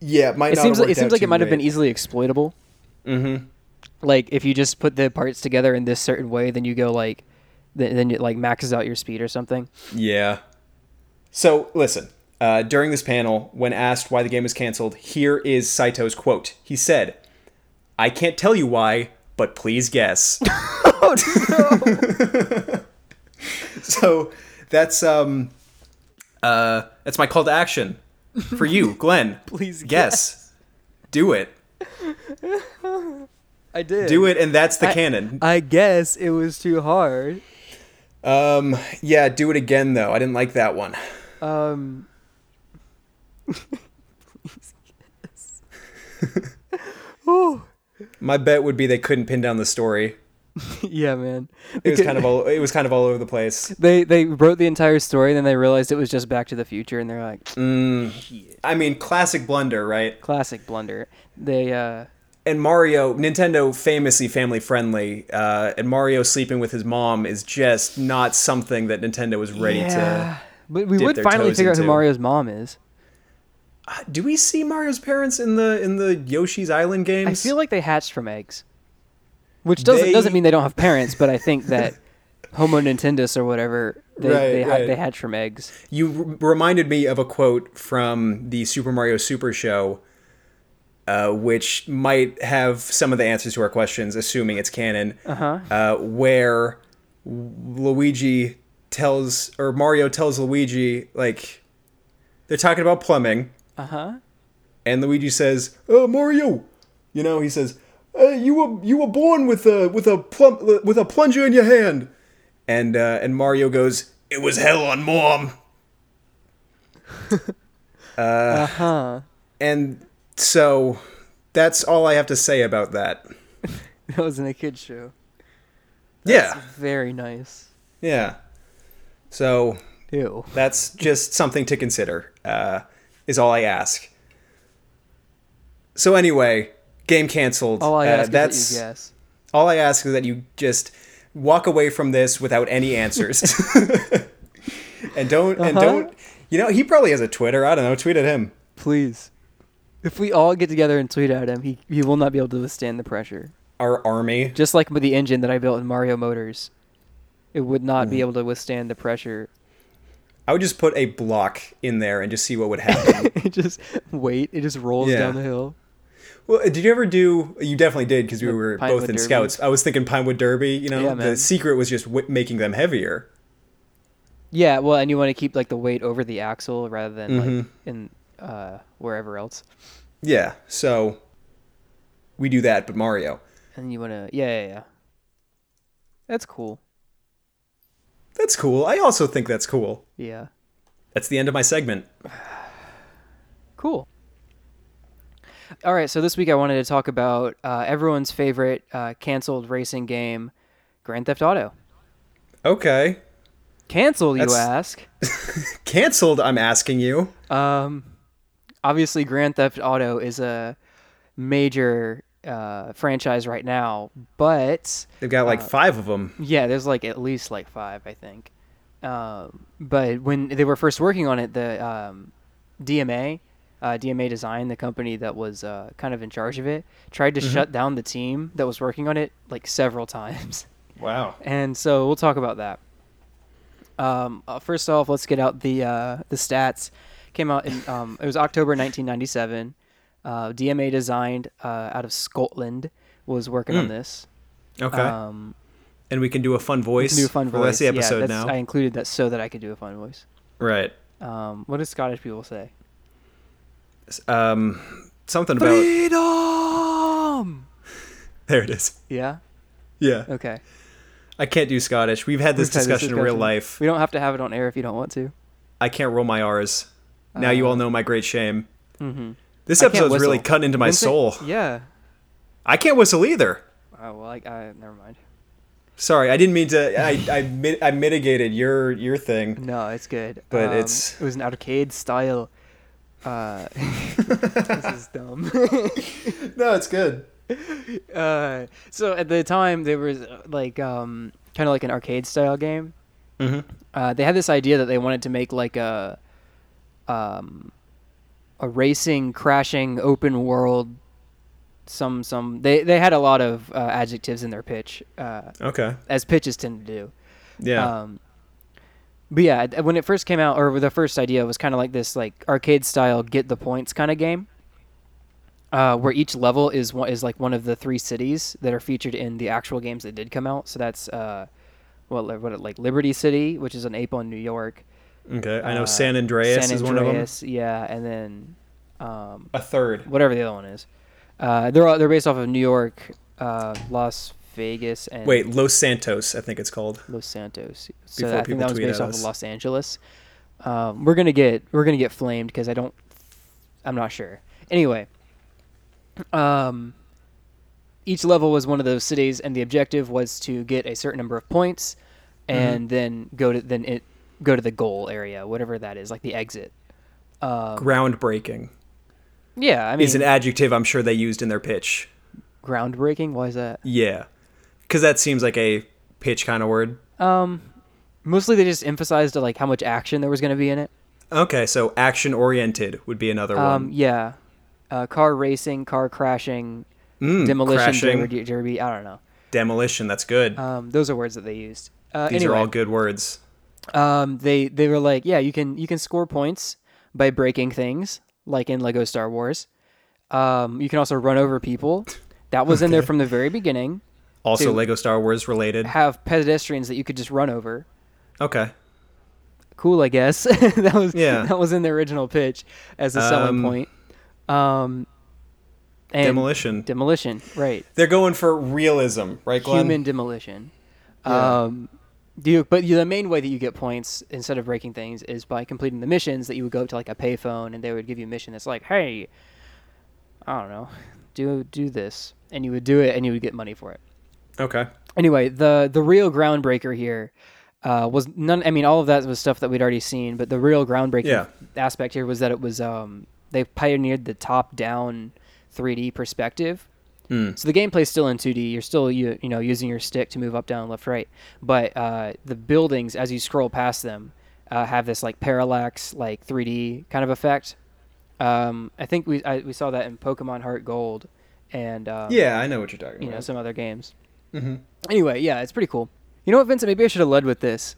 Speaker 1: yeah. It, might
Speaker 2: it
Speaker 1: not
Speaker 2: seems
Speaker 1: have
Speaker 2: like, it
Speaker 1: worked out
Speaker 2: seems like
Speaker 1: too
Speaker 2: it might have been
Speaker 1: great.
Speaker 2: easily exploitable mm-hmm. like if you just put the parts together in this certain way then you go like th- then it like maxes out your speed or something
Speaker 1: Yeah. So listen, uh, during this panel, when asked why the game was canceled, here is Saito's quote. He said, "I can't tell you why, but please guess." Oh, *laughs* so that's um, uh, that's my call to action for
Speaker 2: *laughs*
Speaker 1: you, Glenn.
Speaker 2: Please
Speaker 1: guess. Do it.
Speaker 2: *laughs* i did
Speaker 1: Do it, and that's the canon.
Speaker 2: i guess it was too hard *laughs*
Speaker 1: Um, yeah, do it again though. I didn't like that one. *laughs*
Speaker 2: Um. Ooh.
Speaker 1: My bet would be they couldn't pin down the story.
Speaker 2: yeah, man.
Speaker 1: It was kind of all. It was kind of all over the place.
Speaker 2: They they wrote the entire story, then they realized it was just Back to the Future, and they're like,
Speaker 1: Mm. I mean, classic blunder, right?
Speaker 2: classic blunder. They uh,
Speaker 1: And Mario, Nintendo famously family friendly, uh, and Mario sleeping with his mom is just not something that Nintendo was ready
Speaker 2: yeah. But we
Speaker 1: dip
Speaker 2: would
Speaker 1: their
Speaker 2: finally
Speaker 1: toes
Speaker 2: figure out who
Speaker 1: into.
Speaker 2: Mario's mom is.
Speaker 1: to. Do we see Mario's parents in the in the Yoshi's Island games?
Speaker 2: I feel like they hatched from eggs, which doesn't
Speaker 1: They-
Speaker 2: doesn't mean they don't have parents, but I think that
Speaker 1: *laughs*
Speaker 2: Homo Nintendus or whatever they
Speaker 1: Right,
Speaker 2: they, ha-
Speaker 1: right.
Speaker 2: they hatch from eggs.
Speaker 1: you re- reminded me of a quote from the Super Mario Super Show, uh, which might have some of the answers to our questions, assuming it's canon. Uh-huh. where Luigi tells or Mario tells Luigi like they're talking about plumbing. Uh huh. And Luigi says, "Uh, Mario," you know, he says, uh, "You were you were born with a with a plum with a plunger in your hand," and uh, and Mario goes, "It was hell on mom." *laughs*
Speaker 2: Uh huh.
Speaker 1: And so that's all I have to say about that.
Speaker 2: *laughs* That was in a kids show.
Speaker 1: yeah.
Speaker 2: Very nice.
Speaker 1: Yeah. So
Speaker 2: Ew.
Speaker 1: that's just something to consider, uh, is all I ask. So, anyway, game canceled.
Speaker 2: All I
Speaker 1: Uh,
Speaker 2: ask
Speaker 1: that's,
Speaker 2: is that you guess.
Speaker 1: All I ask is that you just walk away from this without any
Speaker 2: *laughs*
Speaker 1: answers. *laughs* and don't, and
Speaker 2: Uh-huh.
Speaker 1: don't, you know, he probably has a Twitter. I don't know. Tweet at him.
Speaker 2: Please. If we all get together and tweet at him, he, he will not be able to withstand the pressure.
Speaker 1: Our army.
Speaker 2: Just like with the engine that I built in Mario Motors, it would not
Speaker 1: Mm.
Speaker 2: be able to withstand the pressure. *laughs*
Speaker 1: I would just put a
Speaker 2: *laughs*
Speaker 1: block in there and just see what would happen.
Speaker 2: it just wait. It just rolls
Speaker 1: Yeah.
Speaker 2: down the hill.
Speaker 1: Well, did you ever do? You definitely did because we were
Speaker 2: Pinewood
Speaker 1: both in
Speaker 2: Derby.
Speaker 1: scouts. I was thinking Pinewood Derby. You know,
Speaker 2: Yeah,
Speaker 1: the
Speaker 2: man.
Speaker 1: secret was just w- making them heavier.
Speaker 2: Yeah, well, and you want to keep like the weight over the axle rather than like in uh, wherever else.
Speaker 1: Yeah, so we do that, but Mario.
Speaker 2: And you want to, yeah, yeah, yeah. That's cool.
Speaker 1: That's cool. I also think that's cool.
Speaker 2: Yeah,
Speaker 1: That's the end of my segment.
Speaker 2: cool. All right, so this week I wanted to talk about uh, everyone's favorite uh, canceled racing game, Grand Theft Auto.
Speaker 1: Okay,
Speaker 2: Canceled, you
Speaker 1: That's-
Speaker 2: ask?
Speaker 1: canceled. I'm asking you.
Speaker 2: Um, obviously, Grand Theft Auto is a major uh, franchise right now, but
Speaker 1: They've got
Speaker 2: Uh,
Speaker 1: like five of them.
Speaker 2: yeah, there's like at least like five, I think. Um, but when they were first working on it, the um, DMA, uh, DMA Design, the company that was uh, kind of in charge of it, tried to shut down the team that was working on it like several times. *laughs*
Speaker 1: Wow.
Speaker 2: And so we'll talk about that. Um, uh, first off, let's get out the uh, the stats. Came out in um, it was October 1997. Uh, DMA designed uh, out of Scotland was working on this.
Speaker 1: Okay.
Speaker 2: Um,
Speaker 1: and we can do a fun voice.
Speaker 2: new fun
Speaker 1: for
Speaker 2: voice.
Speaker 1: That's the
Speaker 2: Yeah,
Speaker 1: episode
Speaker 2: that's-
Speaker 1: now.
Speaker 2: I included that so that I could do a fun voice.
Speaker 1: Right.
Speaker 2: Um, what do Scottish people say?
Speaker 1: Um, something about
Speaker 2: Freedom.
Speaker 1: *laughs* there it is.
Speaker 2: Yeah.
Speaker 1: Yeah.
Speaker 2: Okay.
Speaker 1: I can't do Scottish. We've had this,
Speaker 2: We've had
Speaker 1: discussion, in real life.
Speaker 2: We don't have to have it on air if you don't want to.
Speaker 1: I can't roll my R's. Now you all know my great shame. This
Speaker 2: Uh, mm-hmm. I can't
Speaker 1: episode's really
Speaker 2: whistle.
Speaker 1: cut into my
Speaker 2: Didn't they-
Speaker 1: soul.
Speaker 2: Yeah.
Speaker 1: I can't whistle either.
Speaker 2: Oh well. I, I never mind.
Speaker 1: Sorry, I didn't mean to. I I, mi- I mitigated your your thing.
Speaker 2: No, it's good. Um,
Speaker 1: But it's-
Speaker 2: it was an arcade style. Uh, *laughs* this is dumb.
Speaker 1: No, it's good.
Speaker 2: uh, *laughs* so at the time, there was uh, like um, kind of like an arcade style game. Mm-hmm. Uh, they had this idea that they wanted to make like a um, a racing, crashing, open world. Some some they they had a lot of uh, adjectives in their pitch, uh,
Speaker 1: Okay.
Speaker 2: as pitches tend to do.
Speaker 1: Yeah.
Speaker 2: Um, but yeah, th- when it first came out, or the first idea was kind of like this, like arcade style get the points kind of game, uh, where each level is one is like one of the three cities that are featured in the actual games that did come out. So that's uh, what li- what like Liberty City, which is an ape on New York.
Speaker 1: okay. I know
Speaker 2: uh,
Speaker 1: San Andreas
Speaker 2: San
Speaker 1: is one of them.
Speaker 2: Andreas, Yeah, and then um,
Speaker 1: A third.
Speaker 2: whatever the other one is. Uh, they're all, they're based off of New York, uh, Las Vegas, and
Speaker 1: Wait, Los Santos, I think it's called.
Speaker 2: Los Santos. So
Speaker 1: Before
Speaker 2: I
Speaker 1: people
Speaker 2: think that was
Speaker 1: tweet
Speaker 2: based
Speaker 1: at
Speaker 2: off of
Speaker 1: us.
Speaker 2: Los Angeles. Um, we're gonna get we're gonna get flamed because I don't I'm not sure. Anyway, um, each level was one of those cities, and the objective was to get a certain number of points, and then go to then it go to the goal area, whatever that is, like the exit.
Speaker 1: Groundbreaking
Speaker 2: Yeah, I Oh. mean,
Speaker 1: is an adjective I'm sure they used in their pitch.
Speaker 2: groundbreaking. Why is that?
Speaker 1: Yeah, because that seems like a pitch kind of word.
Speaker 2: Mostly, they just emphasized like how much action there was going to be in it.
Speaker 1: Okay, so action oriented would be another
Speaker 2: Um,
Speaker 1: one.
Speaker 2: yeah, uh, car racing, car crashing, demolition
Speaker 1: Mm, crashing.
Speaker 2: derby, derby. I don't know.
Speaker 1: Demolition. That's good.
Speaker 2: Um, those are words that they used. Uh,
Speaker 1: These
Speaker 2: anyway,
Speaker 1: are all good words.
Speaker 2: um, they they were like, yeah, you can you can score points by breaking things, like in Lego Star Wars. Um, you can also run over people. That was in there from the very beginning.
Speaker 1: Also,
Speaker 2: Dude.
Speaker 1: Lego Star Wars related.
Speaker 2: Have pedestrians that you could just run over.
Speaker 1: Okay.
Speaker 2: cool, I guess. *laughs* that was
Speaker 1: Yeah.
Speaker 2: that was in the original pitch as a selling
Speaker 1: Um,
Speaker 2: point. Um, and
Speaker 1: Demolition.
Speaker 2: demolition, right?
Speaker 1: They're going for realism, right, Glenn?
Speaker 2: Human demolition. Um, do you, but you, the main way that you get points instead of breaking things is by completing the missions that you would go up to like a payphone and they would give you a mission that's like, hey, I don't know, do do this, and you would do it and you would get money for it
Speaker 1: Okay.
Speaker 2: anyway, the the real groundbreaker here uh, was none. I mean, all of that was stuff that we'd already seen, but the real groundbreaking
Speaker 1: Yeah.
Speaker 2: aspect here was that it was um, they pioneered the top down 3D perspective. So the gameplay's still in 2D. You're still you you know using your stick to move up, down, left, right. But uh, the buildings, as you scroll past them, uh, have this like parallax like 3D kind of effect. Um, I think we I, we saw that in Pokemon Heart Gold, and uh,
Speaker 1: Yeah, I know what you're talking
Speaker 2: you know
Speaker 1: about.
Speaker 2: some other games.
Speaker 1: Mm-hmm.
Speaker 2: Anyway, yeah, it's pretty cool. You know what, Vincent? Maybe I should have led with this.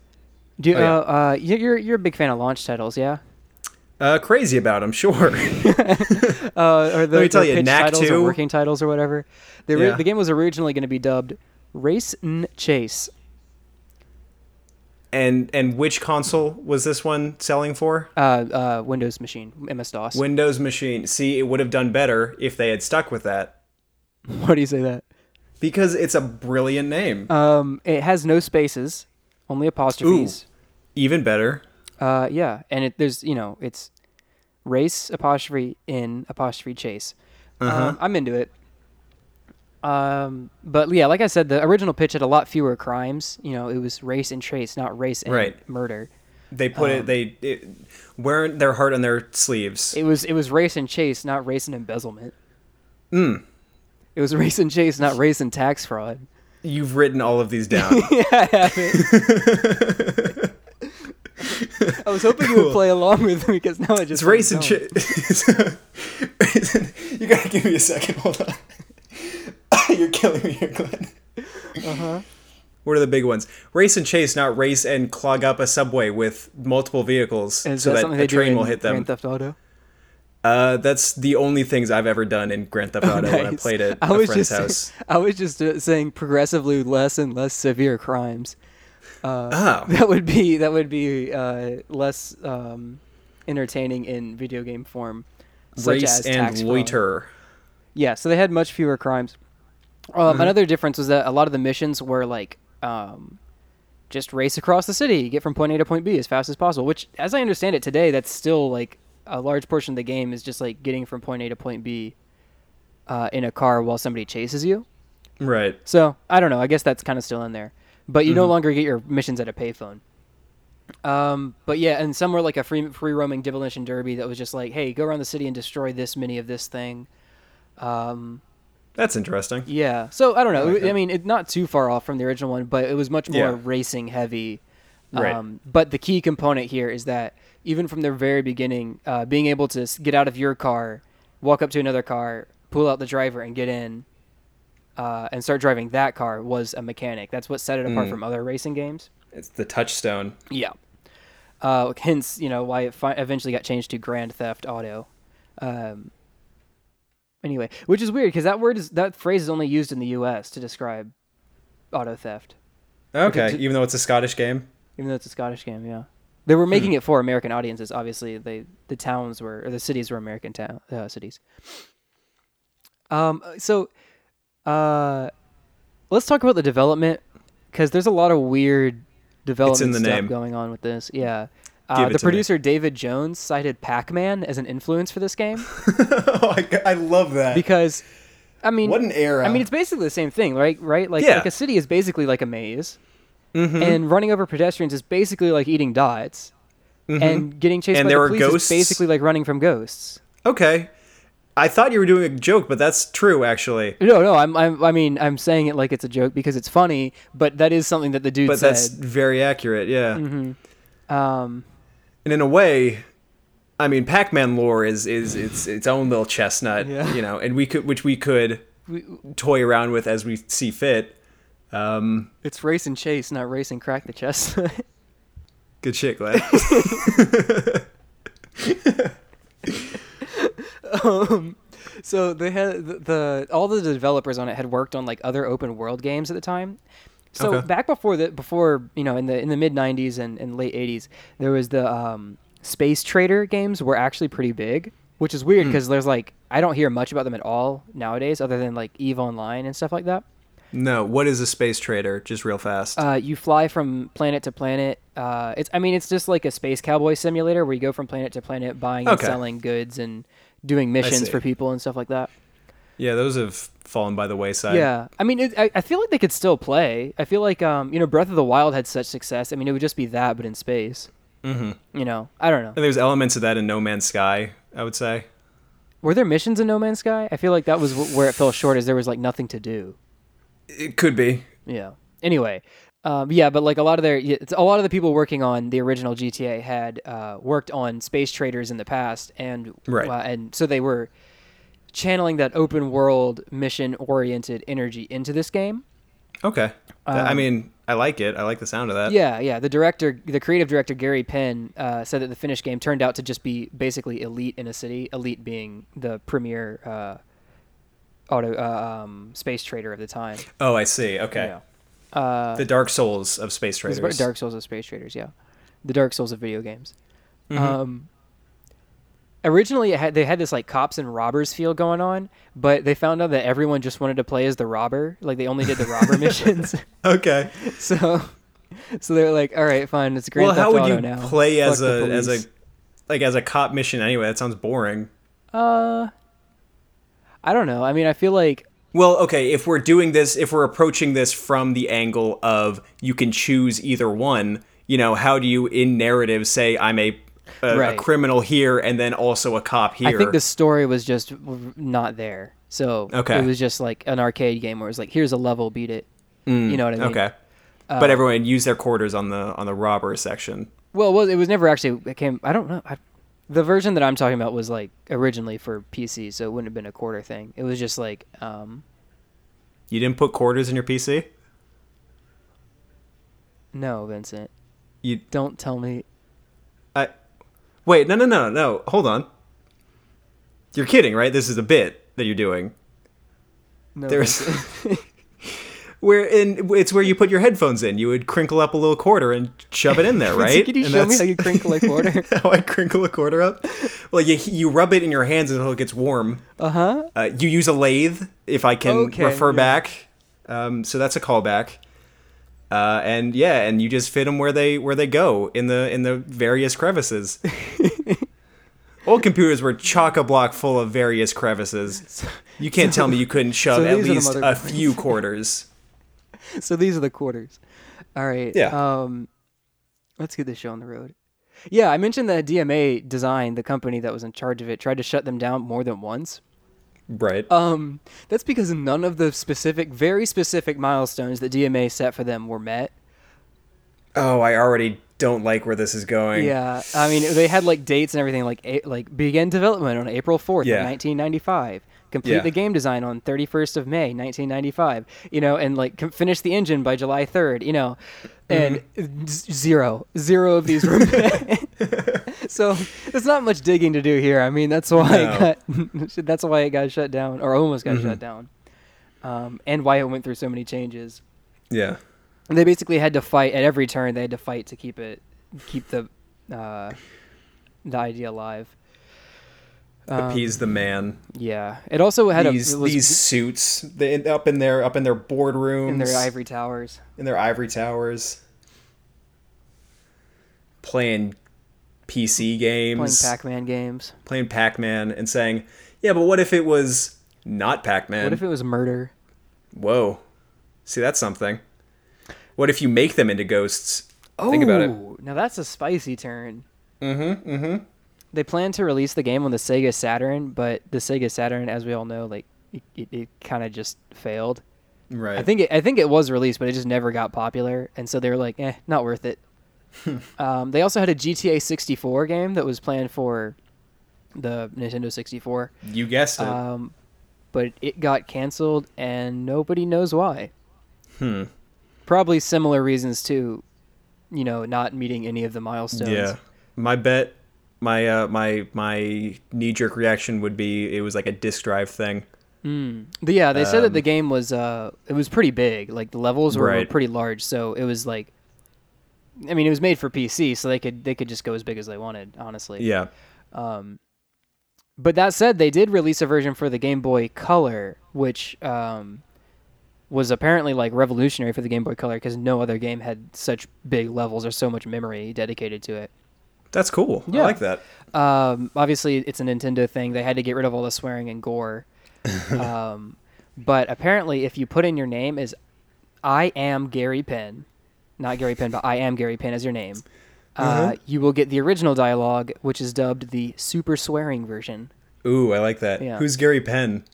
Speaker 2: Do you,
Speaker 1: Oh, yeah.
Speaker 2: uh, uh, you- you're you're a big fan of launch titles, yeah?
Speaker 1: uh, crazy about, I'm *laughs* sure.
Speaker 2: uh, or the,
Speaker 1: Let me tell
Speaker 2: the
Speaker 1: you,
Speaker 2: pitch
Speaker 1: Knack
Speaker 2: titles
Speaker 1: 2.
Speaker 2: or working titles or whatever. The, ri-
Speaker 1: Yeah.
Speaker 2: the game was originally going to be dubbed Race N Chase.
Speaker 1: and and which console was this one selling for?
Speaker 2: Uh, uh, Windows machine, MS DOS.
Speaker 1: Windows machine. See, it would have done better if they had stuck with that
Speaker 2: *laughs* Why do you say that?
Speaker 1: because it's a brilliant name.
Speaker 2: Um, it has no spaces, only apostrophes.
Speaker 1: Even better.
Speaker 2: Uh, yeah, and it, there's you know it's race apostrophe in apostrophe chase.
Speaker 1: Uh-huh.
Speaker 2: Um, I'm into it. Um, but yeah, like I said, the original pitch had a lot fewer crimes. You know, it was race and chase, not race and
Speaker 1: Right.
Speaker 2: murder.
Speaker 1: They put it. They it, wearing their heart on their sleeves.
Speaker 2: uh, It was it was race and chase, not race and embezzlement. Mm.
Speaker 1: Hmm.
Speaker 2: It was race and chase, not race and tax fraud.
Speaker 1: You've written all
Speaker 2: *laughs*
Speaker 1: of these down.
Speaker 2: I was hoping you *laughs*
Speaker 1: Cool.
Speaker 2: would play along with me because now I
Speaker 1: It's
Speaker 2: just
Speaker 1: race and
Speaker 2: don't.
Speaker 1: shit. *laughs* you gotta give me a second. Hold on. *laughs* You're killing me here, Glenn. Uh huh.
Speaker 2: Uh-huh.
Speaker 1: What are the big ones? Race and chase, not race and clog up a subway with multiple vehicles
Speaker 2: Is
Speaker 1: so
Speaker 2: that
Speaker 1: that,
Speaker 2: something
Speaker 1: a
Speaker 2: they do
Speaker 1: train will
Speaker 2: in
Speaker 1: hit them.
Speaker 2: Grand Theft Auto.
Speaker 1: uh, that's the only things I've ever done in Grand Theft Auto when I
Speaker 2: Oh, Nice.
Speaker 1: played at
Speaker 2: I
Speaker 1: a
Speaker 2: was
Speaker 1: friend's
Speaker 2: just *laughs*
Speaker 1: house.
Speaker 2: I was just uh, saying progressively less and less severe crimes. *laughs*
Speaker 1: Oh,
Speaker 2: That would be that would be uh, less um, entertaining in video game form. Such
Speaker 1: race
Speaker 2: as tax
Speaker 1: and
Speaker 2: fraud.
Speaker 1: loiter.
Speaker 2: Yeah, so they had much fewer crimes. Um,
Speaker 1: Mm-hmm.
Speaker 2: Another difference was that a lot of the missions were like um, just race across the city, get from point A to point B as fast as possible. Which, as I understand it today, that's still like a large portion of the game is just like getting from point A to point B uh, in a car while somebody chases you.
Speaker 1: Right.
Speaker 2: So I don't know. I guess that's kind of still in there, but you no longer get your missions at a payphone. Um, but yeah, and some were like a free free roaming demolition derby that was just like, hey, go around the city and destroy this many of this thing.
Speaker 1: That's interesting.
Speaker 2: Yeah. So I don't know.
Speaker 1: like that.
Speaker 2: I mean, it, not too far off from the original one, but it was much more
Speaker 1: Yeah.
Speaker 2: racing heavy. Um,
Speaker 1: Right.
Speaker 2: but the key component here is that even from their very beginning, uh, being able to s- get out of your car, walk up to another car, pull out the driver, and get in, uh, and start driving that car was a mechanic. That's what set it
Speaker 1: Mm.
Speaker 2: apart from other racing games.
Speaker 1: It's the touchstone.
Speaker 2: Yeah. Uh, hence, you know, why it fi- eventually got changed to Grand Theft Auto. Um, anyway, which is weird because that word is that phrase is only used in the U.S. to describe auto theft,
Speaker 1: Okay,
Speaker 2: d-
Speaker 1: even though it's a Scottish game.
Speaker 2: even though it's a Scottish game. Yeah, they were making
Speaker 1: Hmm.
Speaker 2: it for American audiences. Obviously, they the towns were or the cities were American town uh, cities. Um, so, uh, let's talk about the development because there's a lot of weird development
Speaker 1: the
Speaker 2: stuff
Speaker 1: name.
Speaker 2: going on with this. Yeah.
Speaker 1: Give
Speaker 2: Uh,
Speaker 1: it
Speaker 2: the
Speaker 1: to me.
Speaker 2: producer David Jones cited Pac-Man as an influence for this game
Speaker 1: *laughs* oh, I, I love that.
Speaker 2: because, I mean,
Speaker 1: What an era.
Speaker 2: I mean, it's basically the same thing, right? Right? Like,
Speaker 1: Yeah. Mm-hmm.
Speaker 2: like a city is basically like a maze, and running over pedestrians is basically like eating dots, and getting
Speaker 1: Mm-hmm.
Speaker 2: chased
Speaker 1: And
Speaker 2: by
Speaker 1: there
Speaker 2: the
Speaker 1: were
Speaker 2: police
Speaker 1: ghosts.
Speaker 2: is basically like running from ghosts.
Speaker 1: Okay. I thought you were doing a joke, but that's true, actually.
Speaker 2: No, no, I'm, I'm, I mean, I'm saying it like it's a joke because it's funny, but that is something that the dude
Speaker 1: But
Speaker 2: said.
Speaker 1: that's very accurate, yeah. Mm-hmm.
Speaker 2: Um,
Speaker 1: And in a way, I mean, Pac-Man lore is is its its own little chestnut,
Speaker 2: Yeah.
Speaker 1: you know, and we could which we could toy around with as we see fit. Um,
Speaker 2: it's race and chase, not race and crack the *laughs* chestnut.
Speaker 1: good shit, *laughs* Glenn.
Speaker 2: So they had the, the all the developers on it had worked on like other open world games at the time. So
Speaker 1: Okay.
Speaker 2: back before the before you know in the in the mid '90s and, and late '80s, there was the um, space trader games were actually pretty big, which is
Speaker 1: Hmm.
Speaker 2: weird because there's like I don't hear much about them at all nowadays, other than like Eve Online and stuff like that.
Speaker 1: no, what is a space trader? Just real fast.
Speaker 2: Uh, you fly from planet to planet. Uh, it's I mean it's just like a space cowboy simulator where you go from planet to planet buying and
Speaker 1: Okay.
Speaker 2: selling goods and doing missions
Speaker 1: see.
Speaker 2: for people and stuff like that.
Speaker 1: yeah, those have fallen by the wayside.
Speaker 2: Yeah, I mean, it, I, I feel like they could still play. I feel like um, you know, Breath of the Wild had such success. I mean, it would just be that, but in space. Mm-hmm. You know, I don't know.
Speaker 1: And there's elements of that in No Man's Sky, I would say.
Speaker 2: Were there missions in No Man's Sky? I feel like that was wh- where it fell short, is there was like nothing to do.
Speaker 1: It could be.
Speaker 2: Yeah. Anyway, um, yeah, but like a lot of their, yeah, it's- a lot of the people working on the original GTA had uh, worked on space traders in the past, and
Speaker 1: Right.
Speaker 2: uh, and so they were channeling that open world mission oriented energy into this game.
Speaker 1: Okay. Th- I mean, I like it. I like the sound of that.
Speaker 2: Um, Yeah, yeah. The director, the creative director Gary Penn, uh, said that the finished game turned out to just be basically Elite in a city. Elite being the premier uh, auto uh, um, space trader of the time.
Speaker 1: Oh, I see. Okay.
Speaker 2: Yeah. Uh,
Speaker 1: the Dark Souls of space
Speaker 2: It's
Speaker 1: traders.
Speaker 2: about Dark Souls of space traders. Yeah, the Dark Souls of video games.
Speaker 1: Mm-hmm.
Speaker 2: Um, originally, it had, they had this like cops and robbers feel going on, but they found out that everyone just wanted to play as the robber. Like they only did the
Speaker 1: *laughs*
Speaker 2: robber missions.
Speaker 1: *laughs*
Speaker 2: *laughs*
Speaker 1: Okay.
Speaker 2: So, so they're like, all right, fine, it's Grand
Speaker 1: Well, how
Speaker 2: Theft
Speaker 1: would
Speaker 2: Auto
Speaker 1: you
Speaker 2: now.
Speaker 1: play
Speaker 2: Fuck
Speaker 1: as
Speaker 2: the
Speaker 1: a as a
Speaker 2: police."
Speaker 1: like as a cop mission anyway? That sounds boring.
Speaker 2: I don't know. I mean, I feel like
Speaker 1: Well, okay, if we're doing this, if we're approaching this from the angle of you can choose either one, you know, how do you in narrative say I'm a a,
Speaker 2: Right.
Speaker 1: a criminal here and then also a cop here?
Speaker 2: I think the story was just w- not there. So
Speaker 1: Okay.
Speaker 2: it was just like an arcade game where it's like, here's a level, beat it. you know what I mean?
Speaker 1: Mm,
Speaker 2: uh,
Speaker 1: okay. but everyone used their quarters on the on the robber section.
Speaker 2: Well, well, it was never actually it came. I don't know. I, the version that I'm talking about was like originally for PC, so it wouldn't have been a quarter thing. It was just like, um,
Speaker 1: You didn't put quarters in your PC?
Speaker 2: no, Vincent,
Speaker 1: You
Speaker 2: don't tell me.
Speaker 1: I Wait, no no no no. Hold on. You're kidding, right? This is a bit that you're doing.
Speaker 2: No,
Speaker 1: There's
Speaker 2: *laughs*
Speaker 1: Where in it's where you put your headphones in. You would crinkle up a little quarter and shove it in
Speaker 2: *laughs*
Speaker 1: there,
Speaker 2: Vincent.
Speaker 1: right?
Speaker 2: Can you
Speaker 1: And
Speaker 2: show me
Speaker 1: that's-
Speaker 2: how you crinkle
Speaker 1: *laughs*
Speaker 2: a quarter?
Speaker 1: how I crinkle a quarter up. Well, you you rub it in your hands until it gets warm.
Speaker 2: uh huh.
Speaker 1: Uh, you use a lathe, if I can
Speaker 2: Okay,
Speaker 1: refer
Speaker 2: yeah.
Speaker 1: back. Um, so that's a callback. Uh, and yeah, and you just fit them where they where they go in the in the various
Speaker 2: *laughs*
Speaker 1: crevices. Old computers were chock a block full of various crevices. You can't tell me you couldn't shove
Speaker 2: so
Speaker 1: at
Speaker 2: these are the
Speaker 1: least a
Speaker 2: mother-
Speaker 1: few quarters.
Speaker 2: so these are the quarters. All right.
Speaker 1: Yeah.
Speaker 2: Um, let's get this show on the road. Yeah, I mentioned that DMA Design, the company that was in charge of it, tried to shut them down more than once.
Speaker 1: Right.
Speaker 2: Um, that's because none of the specific, very specific milestones that DMA set for them were met.
Speaker 1: oh, I already don't like where this is going.
Speaker 2: Yeah, I mean they had like dates and everything. Like a- like began development on April fourth,
Speaker 1: Yeah.
Speaker 2: nineteen ninety five. Complete
Speaker 1: Yeah.
Speaker 2: the game design on thirty first of May, nineteen ninety five. You know, and like com- finish the engine by July third. You know, and
Speaker 1: Mm-hmm.
Speaker 2: z- zero, zero of these were met. *laughs* so there's not much digging to do here. I mean, that's why it got, *laughs* that's why it got shut down or almost got
Speaker 1: Mm-hmm.
Speaker 2: shut down, um, and why it went through so many changes.
Speaker 1: Yeah.
Speaker 2: And they basically had to fight at every turn. They had to fight to keep it, keep the, uh, the idea alive.
Speaker 1: Appease the man.
Speaker 2: Yeah. It also had
Speaker 1: these
Speaker 2: a it was
Speaker 1: these suits they end up in their up in their boardrooms
Speaker 2: in their ivory towers.
Speaker 1: in their ivory towers playing PC
Speaker 2: Playing
Speaker 1: games
Speaker 2: Pac-Man games.
Speaker 1: playing Pac-Man and saying yeah but what if it was not Pac-Man
Speaker 2: What if it was murder?
Speaker 1: whoa see that's something what if you make them into ghosts think about it mm-hmm.
Speaker 2: Ooh, Now that's a spicy turn. Mm-hmm. Mm-hmm. They plan to release the game on the Sega Saturn, but the Sega Saturn, as we all know, like it, it, it kind of just failed.
Speaker 1: right
Speaker 2: I think it, I think it was released, but it just never got popular, and so they were like, eh, not
Speaker 1: *laughs*
Speaker 2: worth it. um, they also had a GTA 64 game that was planned for the Nintendo 64,
Speaker 1: you guessed it
Speaker 2: um, but it got canceled, and nobody knows why. Hmm. Probably similar reasons to, you know, not meeting any of the milestones.
Speaker 1: yeah my bet my uh my my knee jerk reaction would be it was like a disk drive thing
Speaker 2: But yeah, they said that the game was uh it was pretty big. Like the levels were, were
Speaker 1: Um, Right.
Speaker 2: pretty large, so it was like I mean, it was made for PC, so they could they could just go as big as they wanted, honestly.
Speaker 1: yeah
Speaker 2: But that said, they did release a version for the Game Boy Color, which um was apparently like revolutionary for the Game Boy Color because no other game had such big levels or so much memory dedicated to it.
Speaker 1: that's cool i
Speaker 2: Yeah.
Speaker 1: like that
Speaker 2: Um, obviously, it's a Nintendo thing. They had to get rid of all the swearing and gore. um, but apparently, if you put in your name as I am Gary Penn, not Gary Penn, but I am Gary Penn as your name, uh, you will get the original dialogue, which is dubbed the super swearing version.
Speaker 1: Ooh, I like that.
Speaker 2: Yeah.
Speaker 1: Who's Gary Penn?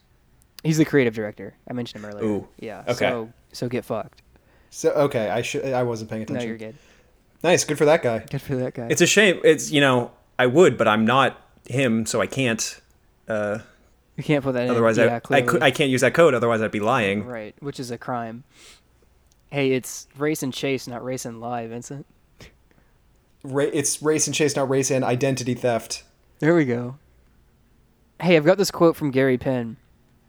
Speaker 2: He's the creative director. I mentioned him earlier.
Speaker 1: Ooh,
Speaker 2: Yeah.
Speaker 1: okay.
Speaker 2: So, so get fucked.
Speaker 1: So okay, I should I wasn't paying
Speaker 2: No,
Speaker 1: attention.
Speaker 2: you're good.
Speaker 1: Nice, good for that guy.
Speaker 2: Good for that guy.
Speaker 1: It's a shame. It's you know I would, but I'm not him, so I can't. Uh,
Speaker 2: you can't put that in.
Speaker 1: otherwise,
Speaker 2: yeah,
Speaker 1: I I, cou-
Speaker 2: clearly.
Speaker 1: I can't use that code. Otherwise, I'd be lying.
Speaker 2: Right, which is a crime. Hey, it's race and chase, not race and lie, Vincent.
Speaker 1: Ra- it's race and chase, not race and identity theft.
Speaker 2: There we go. Hey, I've got this quote from Gary Penn,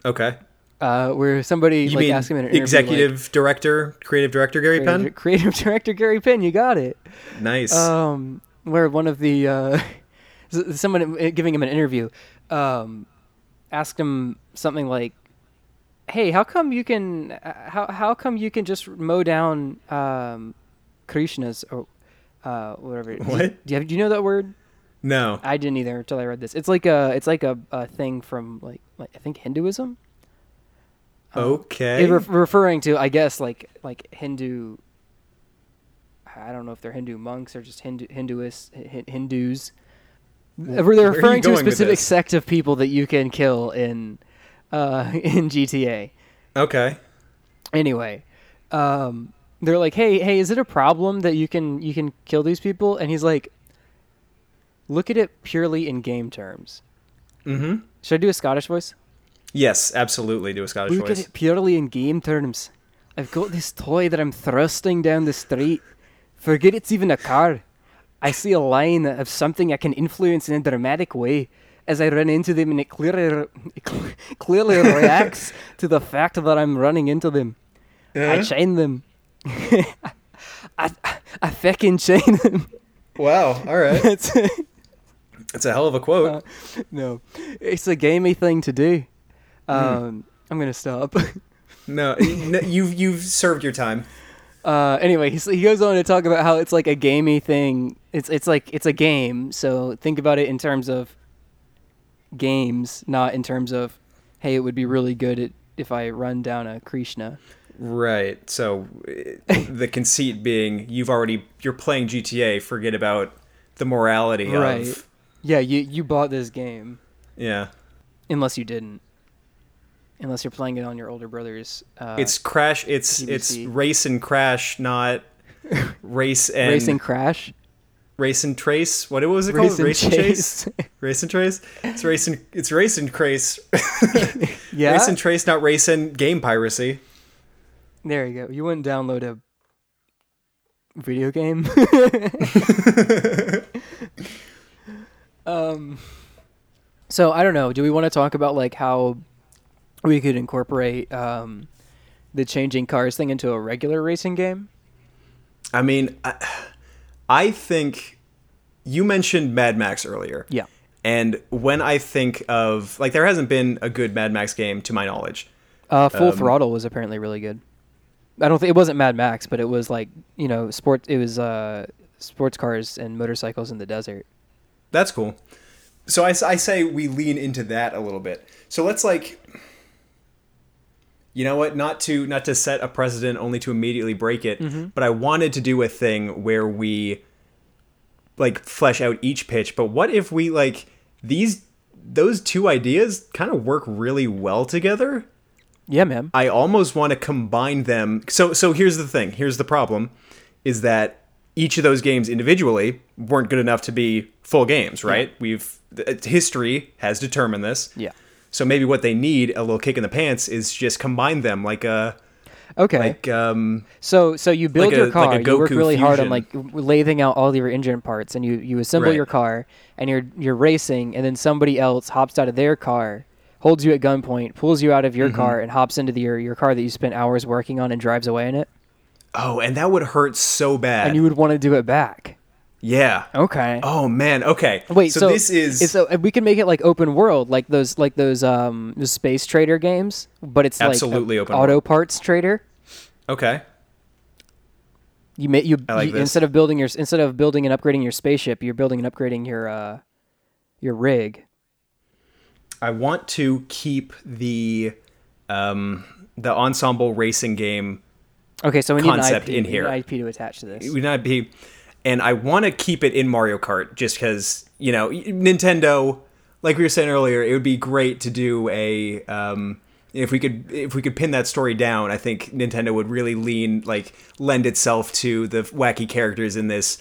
Speaker 1: Okay.
Speaker 2: uh, where somebody
Speaker 1: You
Speaker 2: like
Speaker 1: mean
Speaker 2: asked him in an interview, like,
Speaker 1: executive director, creative director Gary
Speaker 2: creative, creative *laughs* director Gary Penn, you got it.
Speaker 1: Penn? Nice.
Speaker 2: um, where one of the uh, *laughs* s- someone i- giving him an interview um, asked him something like, "Hey, how come you can uh, how how come you can just mow down um, Krishnas or uh, whatever? it-
Speaker 1: What?
Speaker 2: Do you, have, do you know that word?
Speaker 1: no.
Speaker 2: I didn't either until I read this. It's like a it's like a, a thing from like, like I think Hinduism.
Speaker 1: okay.
Speaker 2: Uh, It ref- referring to I guess like like Hindu. I don't know if they're Hindu monks or just Hindu Hinduists Hin- Hindus. They're
Speaker 1: are you
Speaker 2: referring to a
Speaker 1: going with
Speaker 2: specific
Speaker 1: this?
Speaker 2: sect of people that you can kill in uh, *laughs* in GTA.
Speaker 1: okay.
Speaker 2: Anyway, um, they're like, "Hey, hey, is it a problem that you can you can kill these people?" And he's like, "Look at it purely in game terms." Mm-hmm. Should I do a Scottish voice?
Speaker 1: Yes, absolutely. Do a Scottish
Speaker 2: Look at
Speaker 1: voice.
Speaker 2: it purely in game terms. I've got this toy that I'm thrusting down the street. Forget it's even a car. I see a line of something I can influence in a dramatic way. As I run into them, and it clearly, it cle- *laughs* clearly reacts to the fact that I'm running into them.
Speaker 1: Uh-huh.
Speaker 2: I chain them. *laughs* I, I fucking chain them. *laughs*
Speaker 1: Wow. All right.
Speaker 2: It's,
Speaker 1: *laughs* It's a hell of a
Speaker 2: Uh,
Speaker 1: quote.
Speaker 2: no, it's a gamey thing to do. Um, I'm gonna stop. *laughs*
Speaker 1: *laughs* No, no, you've you've served your time.
Speaker 2: Uh, anyway, he, he goes on to talk about how it's like a gamey thing. It's it's like it's a game. So think about it in terms of games, not in terms of hey, it would be really good at, if I run down a Krishna.
Speaker 1: Right. So uh, the conceit being you've already you're playing GTA, forget about the morality
Speaker 2: Right.
Speaker 1: of
Speaker 2: Yeah, you you bought this game
Speaker 1: yeah.
Speaker 2: unless you didn't. Unless you're playing it on your older brother's. Uh,
Speaker 1: It's crash it's it's
Speaker 2: TBC.
Speaker 1: race and crash, *laughs* not race and
Speaker 2: racing crash.
Speaker 1: race and trace. What what was it called?
Speaker 2: Race and chase.
Speaker 1: *laughs* Race and trace? It's race and it's race and trace. *laughs*
Speaker 2: yeah.
Speaker 1: Race and trace, not race and game piracy.
Speaker 2: there you go. You wouldn't download a video *laughs* game. um, so I don't know. Do we want to talk about like how we could incorporate um, the changing cars thing into a regular racing game?
Speaker 1: I mean, I, I think you mentioned Mad Max earlier.
Speaker 2: Yeah.
Speaker 1: And when I think of like, there hasn't been a good Mad Max game to my knowledge.
Speaker 2: Uh, Full Throttle was apparently really good. I don't think it wasn't Mad Max, but it was like you know sport. It was uh, sports cars and motorcycles in the desert.
Speaker 1: That's cool. So I, s- I say we lean into that a little bit. So let's like, you know what? Not to not to set a precedent, only to immediately break it. But I wanted to do a thing where we like flesh out each pitch. But what if we like these those two ideas kind of work really well together?
Speaker 2: Yeah, man.
Speaker 1: I almost want to combine them. So so here's the thing. Here's the problem is that each of those games individually weren't good enough to be full games, right? We've th- history has determined this.
Speaker 2: Yeah.
Speaker 1: So maybe what they need a little kick in the pants is just combine them like a
Speaker 2: Okay.
Speaker 1: like um
Speaker 2: So so you build
Speaker 1: Like a-
Speaker 2: your
Speaker 1: like
Speaker 2: car,
Speaker 1: a
Speaker 2: you work
Speaker 1: Goku
Speaker 2: really hard on like
Speaker 1: fusion.
Speaker 2: w- lathing out all your engine parts and you you assemble
Speaker 1: Right.
Speaker 2: your car and you're you're racing and then somebody else hops out of their car, holds you at gunpoint, pulls you out of
Speaker 1: Mm-hmm.
Speaker 2: your car and hops into the, your your car that you spent hours working on and drives away in it
Speaker 1: oh, and that would hurt so bad.
Speaker 2: and you would want to do it back.
Speaker 1: yeah.
Speaker 2: Okay.
Speaker 1: Oh man. Okay.
Speaker 2: Wait, so,
Speaker 1: this is
Speaker 2: it's so we can make it like open world, like those like those um those space trader games, but it's
Speaker 1: Absolutely
Speaker 2: like a
Speaker 1: open
Speaker 2: auto
Speaker 1: world.
Speaker 2: parts trader.
Speaker 1: okay.
Speaker 2: You may you,
Speaker 1: I like
Speaker 2: you-
Speaker 1: this.
Speaker 2: instead of building your instead of building and upgrading your spaceship, you're building and upgrading your uh your rig.
Speaker 1: I want to keep the um the ensemble racing game
Speaker 2: Okay, so we need
Speaker 1: Concept
Speaker 2: an IP,
Speaker 1: in
Speaker 2: we need
Speaker 1: here.
Speaker 2: an IP to attach to this.
Speaker 1: would not be and i want to keep it in mario kart just because you know nintendo like we were saying earlier it would be great to do a um if we could if we could pin that story down i think nintendo would really lean like lend itself to the wacky characters in this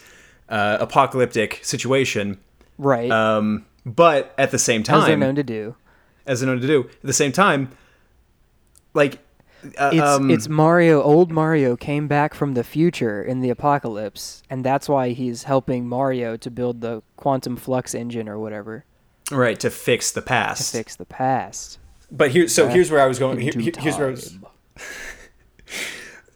Speaker 1: uh, apocalyptic situation
Speaker 2: Right,
Speaker 1: um but at the same
Speaker 2: as they're
Speaker 1: time
Speaker 2: known to do.
Speaker 1: as they're known to do at the same time like uh,
Speaker 2: It's
Speaker 1: um,
Speaker 2: it's Mario. Old Mario came back from the future in the apocalypse, and that's why he's helping Mario to build the quantum flux engine or whatever
Speaker 1: right to fix the past.
Speaker 2: to fix the past.
Speaker 1: But here, so here's where I was going. Here,
Speaker 2: into
Speaker 1: here- here's where I was.
Speaker 2: time.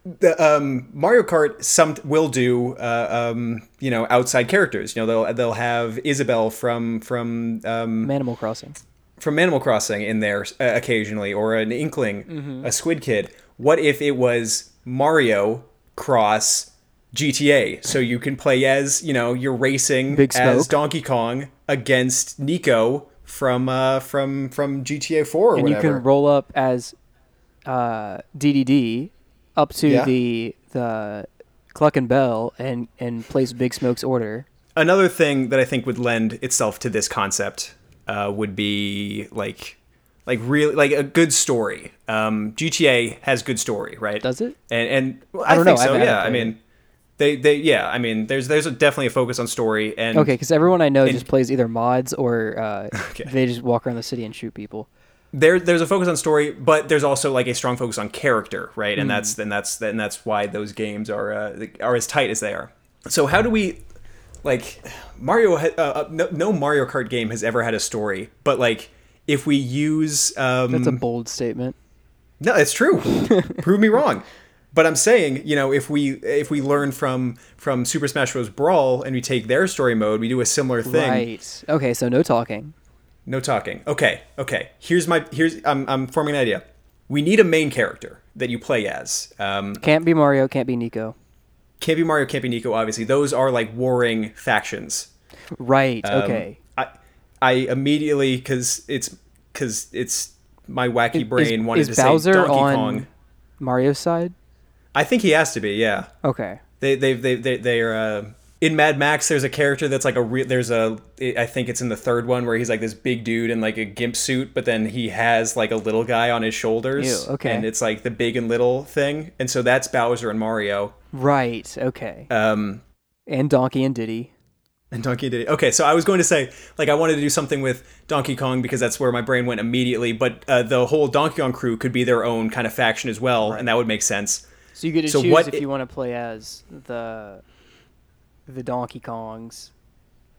Speaker 1: *laughs* The, um, Mario Kart some will do, uh, um, you know, outside characters. You know, they'll they'll have Isabel from from um,
Speaker 2: From Animal Crossing.
Speaker 1: from Animal Crossing in there uh, occasionally, or an Inkling,
Speaker 2: Mm-hmm.
Speaker 1: a Squid Kid. What if it was Mario cross GTA? So you can play as you know you're racing
Speaker 2: Big
Speaker 1: as
Speaker 2: Smoke.
Speaker 1: Donkey Kong against Nico from uh, from from GTA Four or
Speaker 2: and
Speaker 1: whatever.
Speaker 2: you can roll up as uh, DDD up to
Speaker 1: Yeah.
Speaker 2: the the Cluck and Bell and and place Big Smoke's order.
Speaker 1: Another thing that I think would lend itself to this concept uh, would be like like really like a good story. Um, GTA has good story, right?
Speaker 2: Does it?
Speaker 1: And and well, I,
Speaker 2: don't
Speaker 1: think
Speaker 2: know. I
Speaker 1: so.
Speaker 2: haven't- I
Speaker 1: yeah, I
Speaker 2: haven't played
Speaker 1: mean, they they yeah. I mean, there's there's a, definitely a focus on story and
Speaker 2: Okay, because everyone I know just plays either mods or uh, they just walk around the city and shoot people.
Speaker 1: there there's a focus on story, but there's also like a strong focus on character, right? And that's and that's and that's why those games are uh, are as tight as they are. So how do we like Mario? ha- Uh, uh, no, no Mario Kart game has ever had a story, but like if we use um,
Speaker 2: *laughs* That's a bold statement.
Speaker 1: no, it's true. Prove me wrong. But I'm saying, you know, if we if we learn from from Super Smash Bros. Brawl and we take their story mode, we do a similar thing.
Speaker 2: Right. Okay, so no talking.
Speaker 1: No talking. Okay, okay. Here's my here's I'm I'm forming an idea. We need a main character that you play as. Um,
Speaker 2: Can't be Mario, can't be Nico.
Speaker 1: can't be Mario, can't be Nico. Obviously, those are like warring factions.
Speaker 2: Right.
Speaker 1: Um,
Speaker 2: okay.
Speaker 1: I I immediately because it's because it's my wacky brain
Speaker 2: is,
Speaker 1: wanted
Speaker 2: is
Speaker 1: to
Speaker 2: Bowser
Speaker 1: say Donkey
Speaker 2: on
Speaker 1: Kong.
Speaker 2: Mario's side?
Speaker 1: I think he has to be. Yeah.
Speaker 2: Okay.
Speaker 1: They they they they they're uh, in Mad Max. There's a character that's like a re- there's a I think it's in the third one where he's like this big dude in like a gimp suit, but then he has like a little guy on his shoulders.
Speaker 2: Ew, okay.
Speaker 1: and it's like the big and little thing, and so that's Bowser and Mario.
Speaker 2: Right. Okay.
Speaker 1: Um,
Speaker 2: and Donkey and Diddy.
Speaker 1: and Donkey Diddy. Okay, so I was going to say like I wanted to do something with Donkey Kong because that's where my brain went immediately, but uh, the whole Donkey Kong crew could be their own kind of faction as well, and that would make sense.
Speaker 2: So you get to
Speaker 1: So
Speaker 2: choose
Speaker 1: what
Speaker 2: if
Speaker 1: i-
Speaker 2: you want to play as the the Donkey Kongs,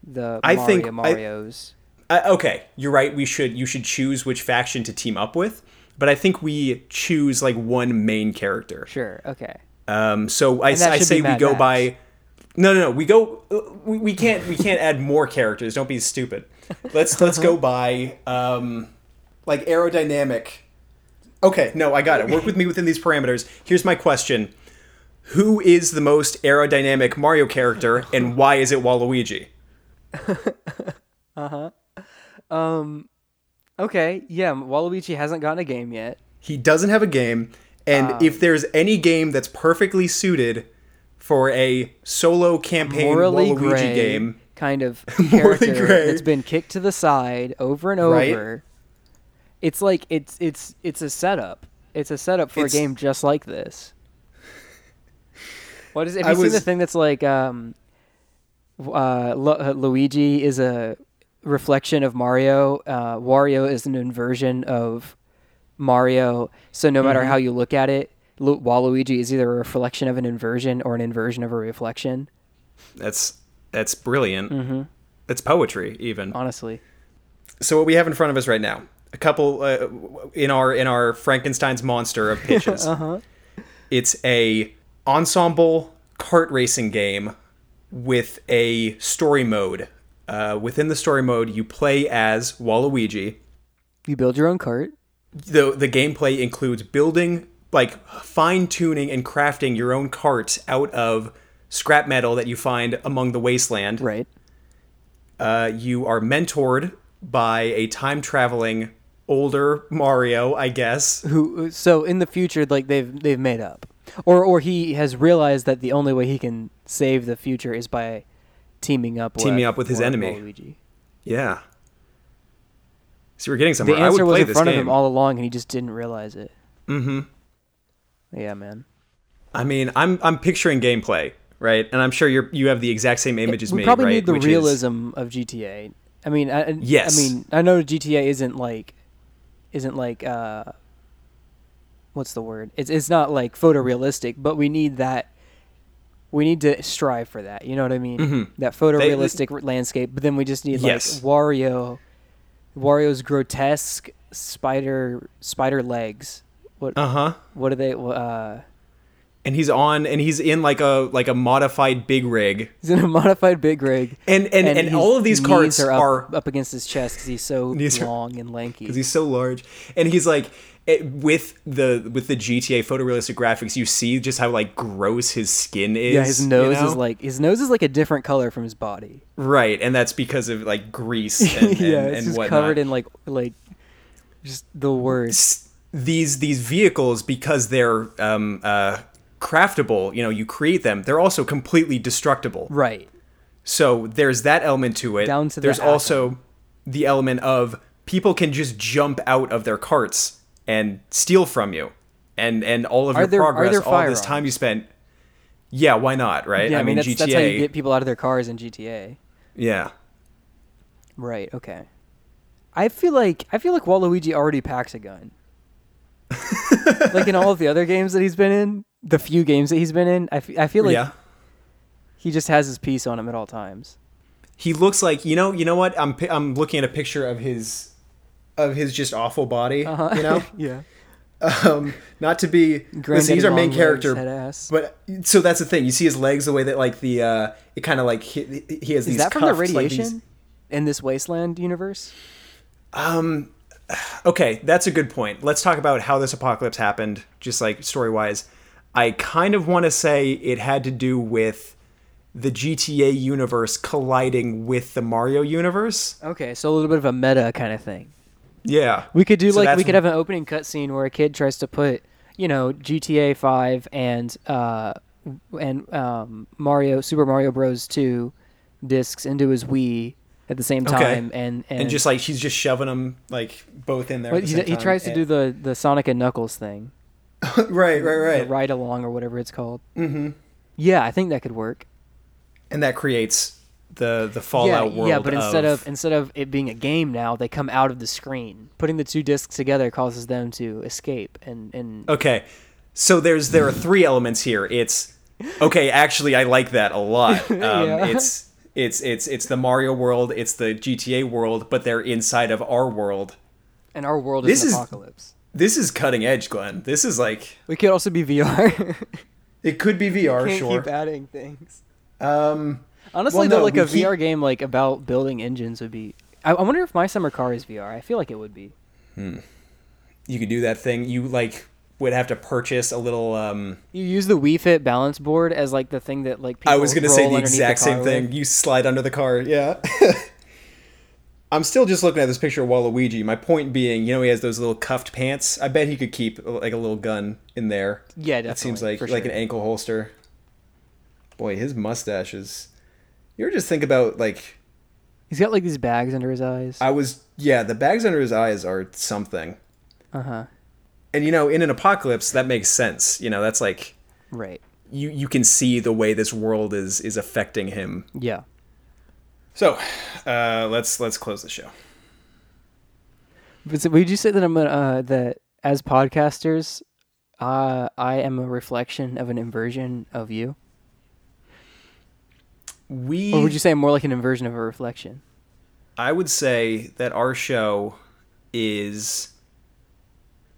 Speaker 2: the
Speaker 1: I
Speaker 2: Mario
Speaker 1: think I-
Speaker 2: Mario's.
Speaker 1: Uh, okay, you're right. We should you should choose which faction to team up with, but I think we choose like one main character.
Speaker 2: Sure. Okay.
Speaker 1: Um, so I,
Speaker 2: that
Speaker 1: I
Speaker 2: should be
Speaker 1: say we
Speaker 2: Mad
Speaker 1: go
Speaker 2: Max.
Speaker 1: by. No, no, no. We go. We, we can't. We can't add more characters. Don't be stupid. Let's let's go
Speaker 2: Uh-huh.
Speaker 1: by um, like aerodynamic. Okay, no, I got it. Work with me within these parameters. Here's my question: Who is the most aerodynamic Mario character, and why is it Waluigi?
Speaker 2: Okay. Yeah. Waluigi hasn't gotten a game yet.
Speaker 1: He doesn't have a game,
Speaker 2: Ah.
Speaker 1: and if there's any game that's perfectly suited for a solo campaign
Speaker 2: Morally
Speaker 1: Waluigi
Speaker 2: gray
Speaker 1: game, *laughs*
Speaker 2: kind of character
Speaker 1: gray.
Speaker 2: that's been kicked to the side over and
Speaker 1: Right.
Speaker 2: over. It's like it's it's it's a setup. It's a setup for
Speaker 1: It's-
Speaker 2: a game just like this. What is? Have
Speaker 1: I
Speaker 2: you seen the
Speaker 1: was-
Speaker 2: thing that's like um, w- uh, Lu- uh, Luigi is a reflection of Mario. Uh, Wario is an inversion of Mario. So no
Speaker 1: Mm-hmm.
Speaker 2: matter how you look at it, Lu- Waluigi is either a reflection of an inversion or an inversion of a reflection.
Speaker 1: That's that's brilliant.
Speaker 2: Mm-hmm.
Speaker 1: That's poetry, even.
Speaker 2: Honestly.
Speaker 1: So what we have in front of us right now, a couple uh, in our in our Frankenstein's monster of
Speaker 2: *laughs*
Speaker 1: pitches.
Speaker 2: Uh-huh.
Speaker 1: It's a ensemble kart racing game with a story mode. Uh, within the story mode, you play as Waluigi.
Speaker 2: You build your own cart.
Speaker 1: the the gameplay includes building like fine tuning and crafting your own cart out of scrap metal that you find among the wasteland.
Speaker 2: Right.
Speaker 1: Uh, you are mentored by a time traveling older Mario, I guess.
Speaker 2: Who so in the future like they've they've made up. Or or he has realized that the only way he can save the future is by teaming up
Speaker 1: Teaming
Speaker 2: with,
Speaker 1: up with his
Speaker 2: Wa-
Speaker 1: enemy.
Speaker 2: Waluigi.
Speaker 1: Yeah. So we're getting
Speaker 2: The
Speaker 1: somewhere. I
Speaker 2: answer
Speaker 1: would
Speaker 2: was
Speaker 1: play
Speaker 2: in
Speaker 1: this
Speaker 2: front
Speaker 1: game. Mm-hmm.
Speaker 2: of him all along and he just didn't realize it. Mhm. Yeah, man.
Speaker 1: I mean, I'm I'm picturing gameplay, right? And I'm sure you're you have the exact same image as
Speaker 2: we
Speaker 1: me,
Speaker 2: probably
Speaker 1: right?
Speaker 2: need the
Speaker 1: Which is-
Speaker 2: realism of GTA. I mean, I, I-
Speaker 1: Yes.
Speaker 2: I mean, I know GTA isn't like isn't like uh what's the word? It's it's not like photorealistic, but we need that. We need to strive for that. You know what I mean? That photorealistic landscape. But then we just need
Speaker 1: Mm-hmm. Yes.
Speaker 2: like Wario, Wario's grotesque spider spider legs. What
Speaker 1: Uh huh.
Speaker 2: what are they? Uh,
Speaker 1: And he's on, and he's in like a like a modified big rig,
Speaker 2: he's in a modified big rig.
Speaker 1: and and and,
Speaker 2: his
Speaker 1: all of these
Speaker 2: knees
Speaker 1: carts
Speaker 2: are up,
Speaker 1: are
Speaker 2: up against his chest because he's
Speaker 1: *laughs*
Speaker 2: so
Speaker 1: Knees are-
Speaker 2: long and lanky.
Speaker 1: because he's so large and he's like it, with the with the gta photorealistic graphics you see just how like gross his skin is
Speaker 2: yeah, his
Speaker 1: you
Speaker 2: nose
Speaker 1: know?
Speaker 2: is like his nose is like a different color from his body.
Speaker 1: right and that's because of like
Speaker 2: *laughs*
Speaker 1: grease *laughs* and, and,
Speaker 2: yeah, it's
Speaker 1: and
Speaker 2: just
Speaker 1: whatnot.
Speaker 2: covered in like like just the worst.
Speaker 1: s- these these vehicles because they're um uh craftable you know you create them they're also completely destructible
Speaker 2: Right.
Speaker 1: so there's that element to it
Speaker 2: Down to the
Speaker 1: there's
Speaker 2: atom.
Speaker 1: also the element of people can just jump out of their carts and steal from you and and all of your
Speaker 2: there- are
Speaker 1: progress
Speaker 2: there
Speaker 1: all this
Speaker 2: firearms?
Speaker 1: time you spent yeah why not right
Speaker 2: Yeah, I, mean, that's,
Speaker 1: gta
Speaker 2: that's how you get people out of their cars in GTA.
Speaker 1: yeah
Speaker 2: Right. Okay. I feel like I feel like Waluigi already packs a
Speaker 1: *laughs*
Speaker 2: gun. like in all of the other games that he's been in, the few games that he's been in, I, f- I feel like
Speaker 1: yeah
Speaker 2: he just has his piece on him at all times.
Speaker 1: he looks like you know you know what i'm pi- i'm looking at a picture of his of his just awful body
Speaker 2: Uh-huh.
Speaker 1: you
Speaker 2: *laughs*
Speaker 1: know
Speaker 2: yeah.
Speaker 1: um, not to be listen, he's
Speaker 2: Granddaddy
Speaker 1: our main
Speaker 2: long legs,
Speaker 1: character,
Speaker 2: head ass.
Speaker 1: but so that's the thing. You see his legs the way that like the uh, it kind of like he, he has these.
Speaker 2: Is that from the
Speaker 1: cuffs, like these-
Speaker 2: radiation in this wasteland universe?
Speaker 1: okay, that's a good point. Let's talk about how this apocalypse happened, just like story wise. I kind of want to say it had to do with the GTA universe colliding with the Mario universe.
Speaker 2: Okay, so a little bit of a meta kind of thing.
Speaker 1: Yeah,
Speaker 2: We could do
Speaker 1: So
Speaker 2: like
Speaker 1: that's-
Speaker 2: we could have an opening cutscene where a kid tries to put, you know, GTA Five and uh and um Mario Super Mario Bros. Two discs into his Wii at the same time, and, and
Speaker 1: and just like she's just shoving them like both in there. at
Speaker 2: but
Speaker 1: the
Speaker 2: he,
Speaker 1: same
Speaker 2: he
Speaker 1: time.
Speaker 2: tries to do the the Sonic and Knuckles thing,
Speaker 1: *laughs* right, right,
Speaker 2: the
Speaker 1: right.
Speaker 2: ride along or whatever it's called. Mm-hmm. Yeah, I think that could work.
Speaker 1: and that creates the the
Speaker 2: yeah,
Speaker 1: Fallout world.
Speaker 2: yeah, but instead of instead of it being a game now, they come out of the screen. Putting the two discs together causes them to escape and and
Speaker 1: Okay. So there's there are three elements here. It's okay, actually I like that a lot. Um,
Speaker 2: *laughs* Yeah.
Speaker 1: it's it's it's it's the Mario world, it's the GTA world, but they're inside of our world.
Speaker 2: and our world
Speaker 1: This
Speaker 2: is an
Speaker 1: is-
Speaker 2: apocalypse.
Speaker 1: This is cutting edge, Glenn. This is like
Speaker 2: We could also be *laughs* VR.
Speaker 1: it could be VR,
Speaker 2: Can't
Speaker 1: sure.
Speaker 2: keep adding things.
Speaker 1: Um
Speaker 2: Honestly,
Speaker 1: Well,
Speaker 2: though,
Speaker 1: no,
Speaker 2: like
Speaker 1: we
Speaker 2: a
Speaker 1: keep-
Speaker 2: VR game like about building engines would be. I, I wonder if my summer car is VR. I feel like it would be.
Speaker 1: you could do that thing. You like would have to purchase a little um
Speaker 2: You use the Wii Fit balance board as like the thing that like people
Speaker 1: I was gonna say
Speaker 2: roll
Speaker 1: the
Speaker 2: underneath
Speaker 1: exact
Speaker 2: car
Speaker 1: same
Speaker 2: with.
Speaker 1: thing. You slide under the car, yeah. *laughs* I'm still just looking at this picture of Waluigi. My point being, you know, he has those little cuffed pants. I bet he could keep uh, like a little gun in there.
Speaker 2: Yeah,
Speaker 1: That
Speaker 2: definitely,
Speaker 1: seems like
Speaker 2: for
Speaker 1: like an
Speaker 2: sure.
Speaker 1: ankle holster. Boy, his mustache is. You ever just think about like
Speaker 2: He's got like these bags under his eyes.
Speaker 1: I was yeah the bags under his eyes are something,
Speaker 2: Uh huh.
Speaker 1: and you know in an apocalypse that makes sense. You know that's like
Speaker 2: Right.
Speaker 1: you you can see the way this world is is affecting him.
Speaker 2: Yeah.
Speaker 1: So, uh, let's let's close the show.
Speaker 2: But so would you say that I'm a, uh, that as podcasters, uh, I am a reflection of an inversion of you,
Speaker 1: We
Speaker 2: or would you say I'm more like an inversion of a reflection?
Speaker 1: I would say that our show is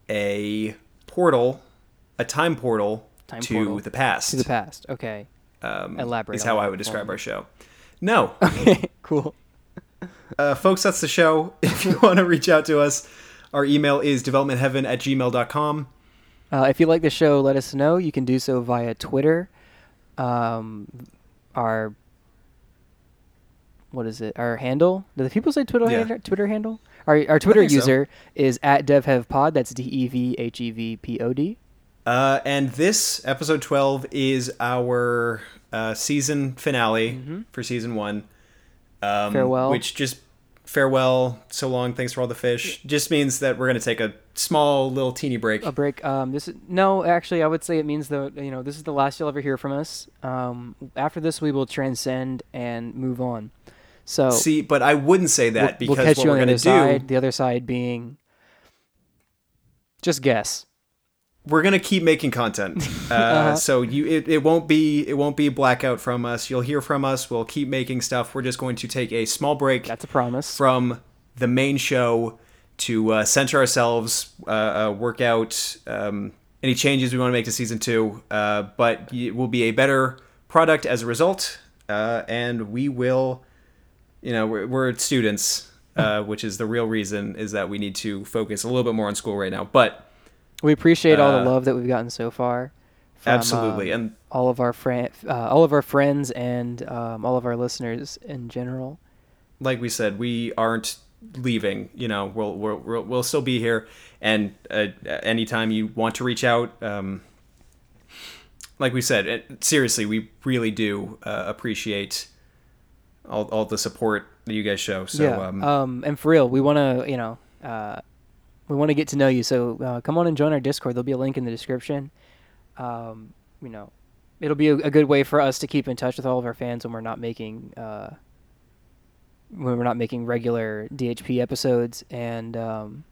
Speaker 1: a portal, a time portal
Speaker 2: Time
Speaker 1: to
Speaker 2: portal.
Speaker 1: the past.
Speaker 2: To the past. Okay.
Speaker 1: Um,
Speaker 2: Elaborate
Speaker 1: is
Speaker 2: on
Speaker 1: how
Speaker 2: that
Speaker 1: I would
Speaker 2: for
Speaker 1: describe
Speaker 2: me.
Speaker 1: our show. No,
Speaker 2: *laughs* cool.
Speaker 1: uh, folks, that's the show. *laughs* If you want to reach out to us, our email is developmentheaven at gmail.com.
Speaker 2: Uh, if you like the show, let us know. You can do so via Twitter. Um, our what is it? Our handle? Do the people say Twitter
Speaker 1: Yeah.
Speaker 2: handle? Twitter handle? Our our Twitter
Speaker 1: think so.
Speaker 2: user is at devhevpod. That's D E V H E V P O D.
Speaker 1: Uh, and this episode 12 is our uh, season finale
Speaker 2: Mm-hmm.
Speaker 1: for season one. Um,
Speaker 2: Farewell.
Speaker 1: Which just farewell, so long, thanks for all the fish. Just means that we're going to take a small, little teeny break.
Speaker 2: a break. Um, this is, no, actually, I would say it means that you know this is the last you'll ever hear from us. Um, after this, we will transcend and move on. So
Speaker 1: See, but I wouldn't say that
Speaker 2: we'll
Speaker 1: because
Speaker 2: catch
Speaker 1: what
Speaker 2: you
Speaker 1: we're
Speaker 2: on the
Speaker 1: going
Speaker 2: other
Speaker 1: to do.
Speaker 2: side. The other side being just guess.
Speaker 1: we're gonna keep making
Speaker 2: *laughs*
Speaker 1: content. Uh,
Speaker 2: Uh-huh.
Speaker 1: So you, it, it won't be it won't be blackout from us. You'll hear from us. We'll keep making stuff. We're just going to take a small break
Speaker 2: That's a promise.
Speaker 1: from the main show to uh, center ourselves, uh, uh, work out um, any changes we want to make to season two. Uh, but it will be a better product as a result, uh, and we will. You know, we're, we're students, uh,
Speaker 2: Hmm.
Speaker 1: which is the real reason is that we need to focus a little bit more on school right now. But
Speaker 2: We appreciate all the
Speaker 1: Uh,
Speaker 2: love that we've gotten so far. From,
Speaker 1: absolutely,
Speaker 2: um,
Speaker 1: and
Speaker 2: all of our friend, uh, all of our friends, and um, all of our listeners in general.
Speaker 1: like we said, we aren't leaving. You know, we'll we'll we'll, we'll still be here, and uh, anytime you want to reach out, um, like we said, it, seriously, we really do uh, appreciate all all the support that you guys show. So
Speaker 2: yeah.
Speaker 1: um,
Speaker 2: Um, and for real, we want to, you know, uh, we want to get to know you. So uh, come on and join our Discord. There'll be a link in the description. Um, you know, it'll be a, a good way for us to keep in touch with all of our fans when we're not making uh, when we're not making regular DHP episodes, and um,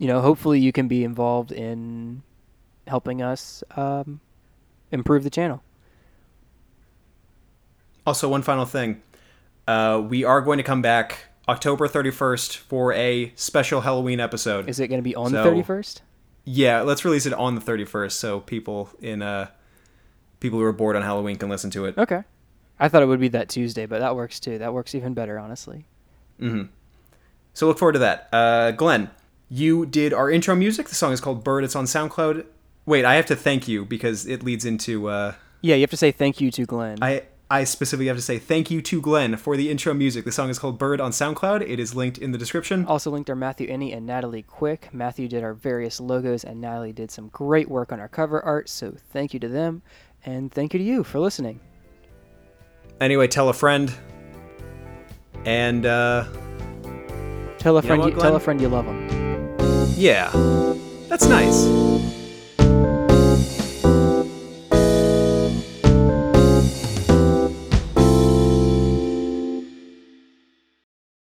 Speaker 2: you know, hopefully you can be involved in helping us um, improve the channel.
Speaker 1: Also, one final thing. Uh, we are going to come back October 31st for a special Halloween episode.
Speaker 2: Is it going to be on the
Speaker 1: So-
Speaker 2: thirty first?
Speaker 1: yeah, let's release it on the 31st so people in uh, people who are bored on Halloween can listen to it.
Speaker 2: Okay. I thought it would be that Tuesday, but that works too. That works even better, honestly.
Speaker 1: So look forward to that. Uh, Glenn, you did our intro music. The song is called Bird. It's on SoundCloud. Wait, I have to thank you because it leads into. Uh,
Speaker 2: Yeah, you have to say thank you to Glenn.
Speaker 1: I I specifically have to say thank you to Glenn for the intro music. The song is called Bird on SoundCloud. It is linked in the description.
Speaker 2: also linked are Matthew Inney and Natalie Quick. Matthew did our various logos, and Natalie did some great work on our cover art, so thank you to them, and thank you to you for listening.
Speaker 1: Anyway, tell a friend. And uh,
Speaker 2: Tell a friend,
Speaker 1: what,
Speaker 2: you, tell a
Speaker 1: Glenn?
Speaker 2: friend you love them.
Speaker 1: yeah, that's nice.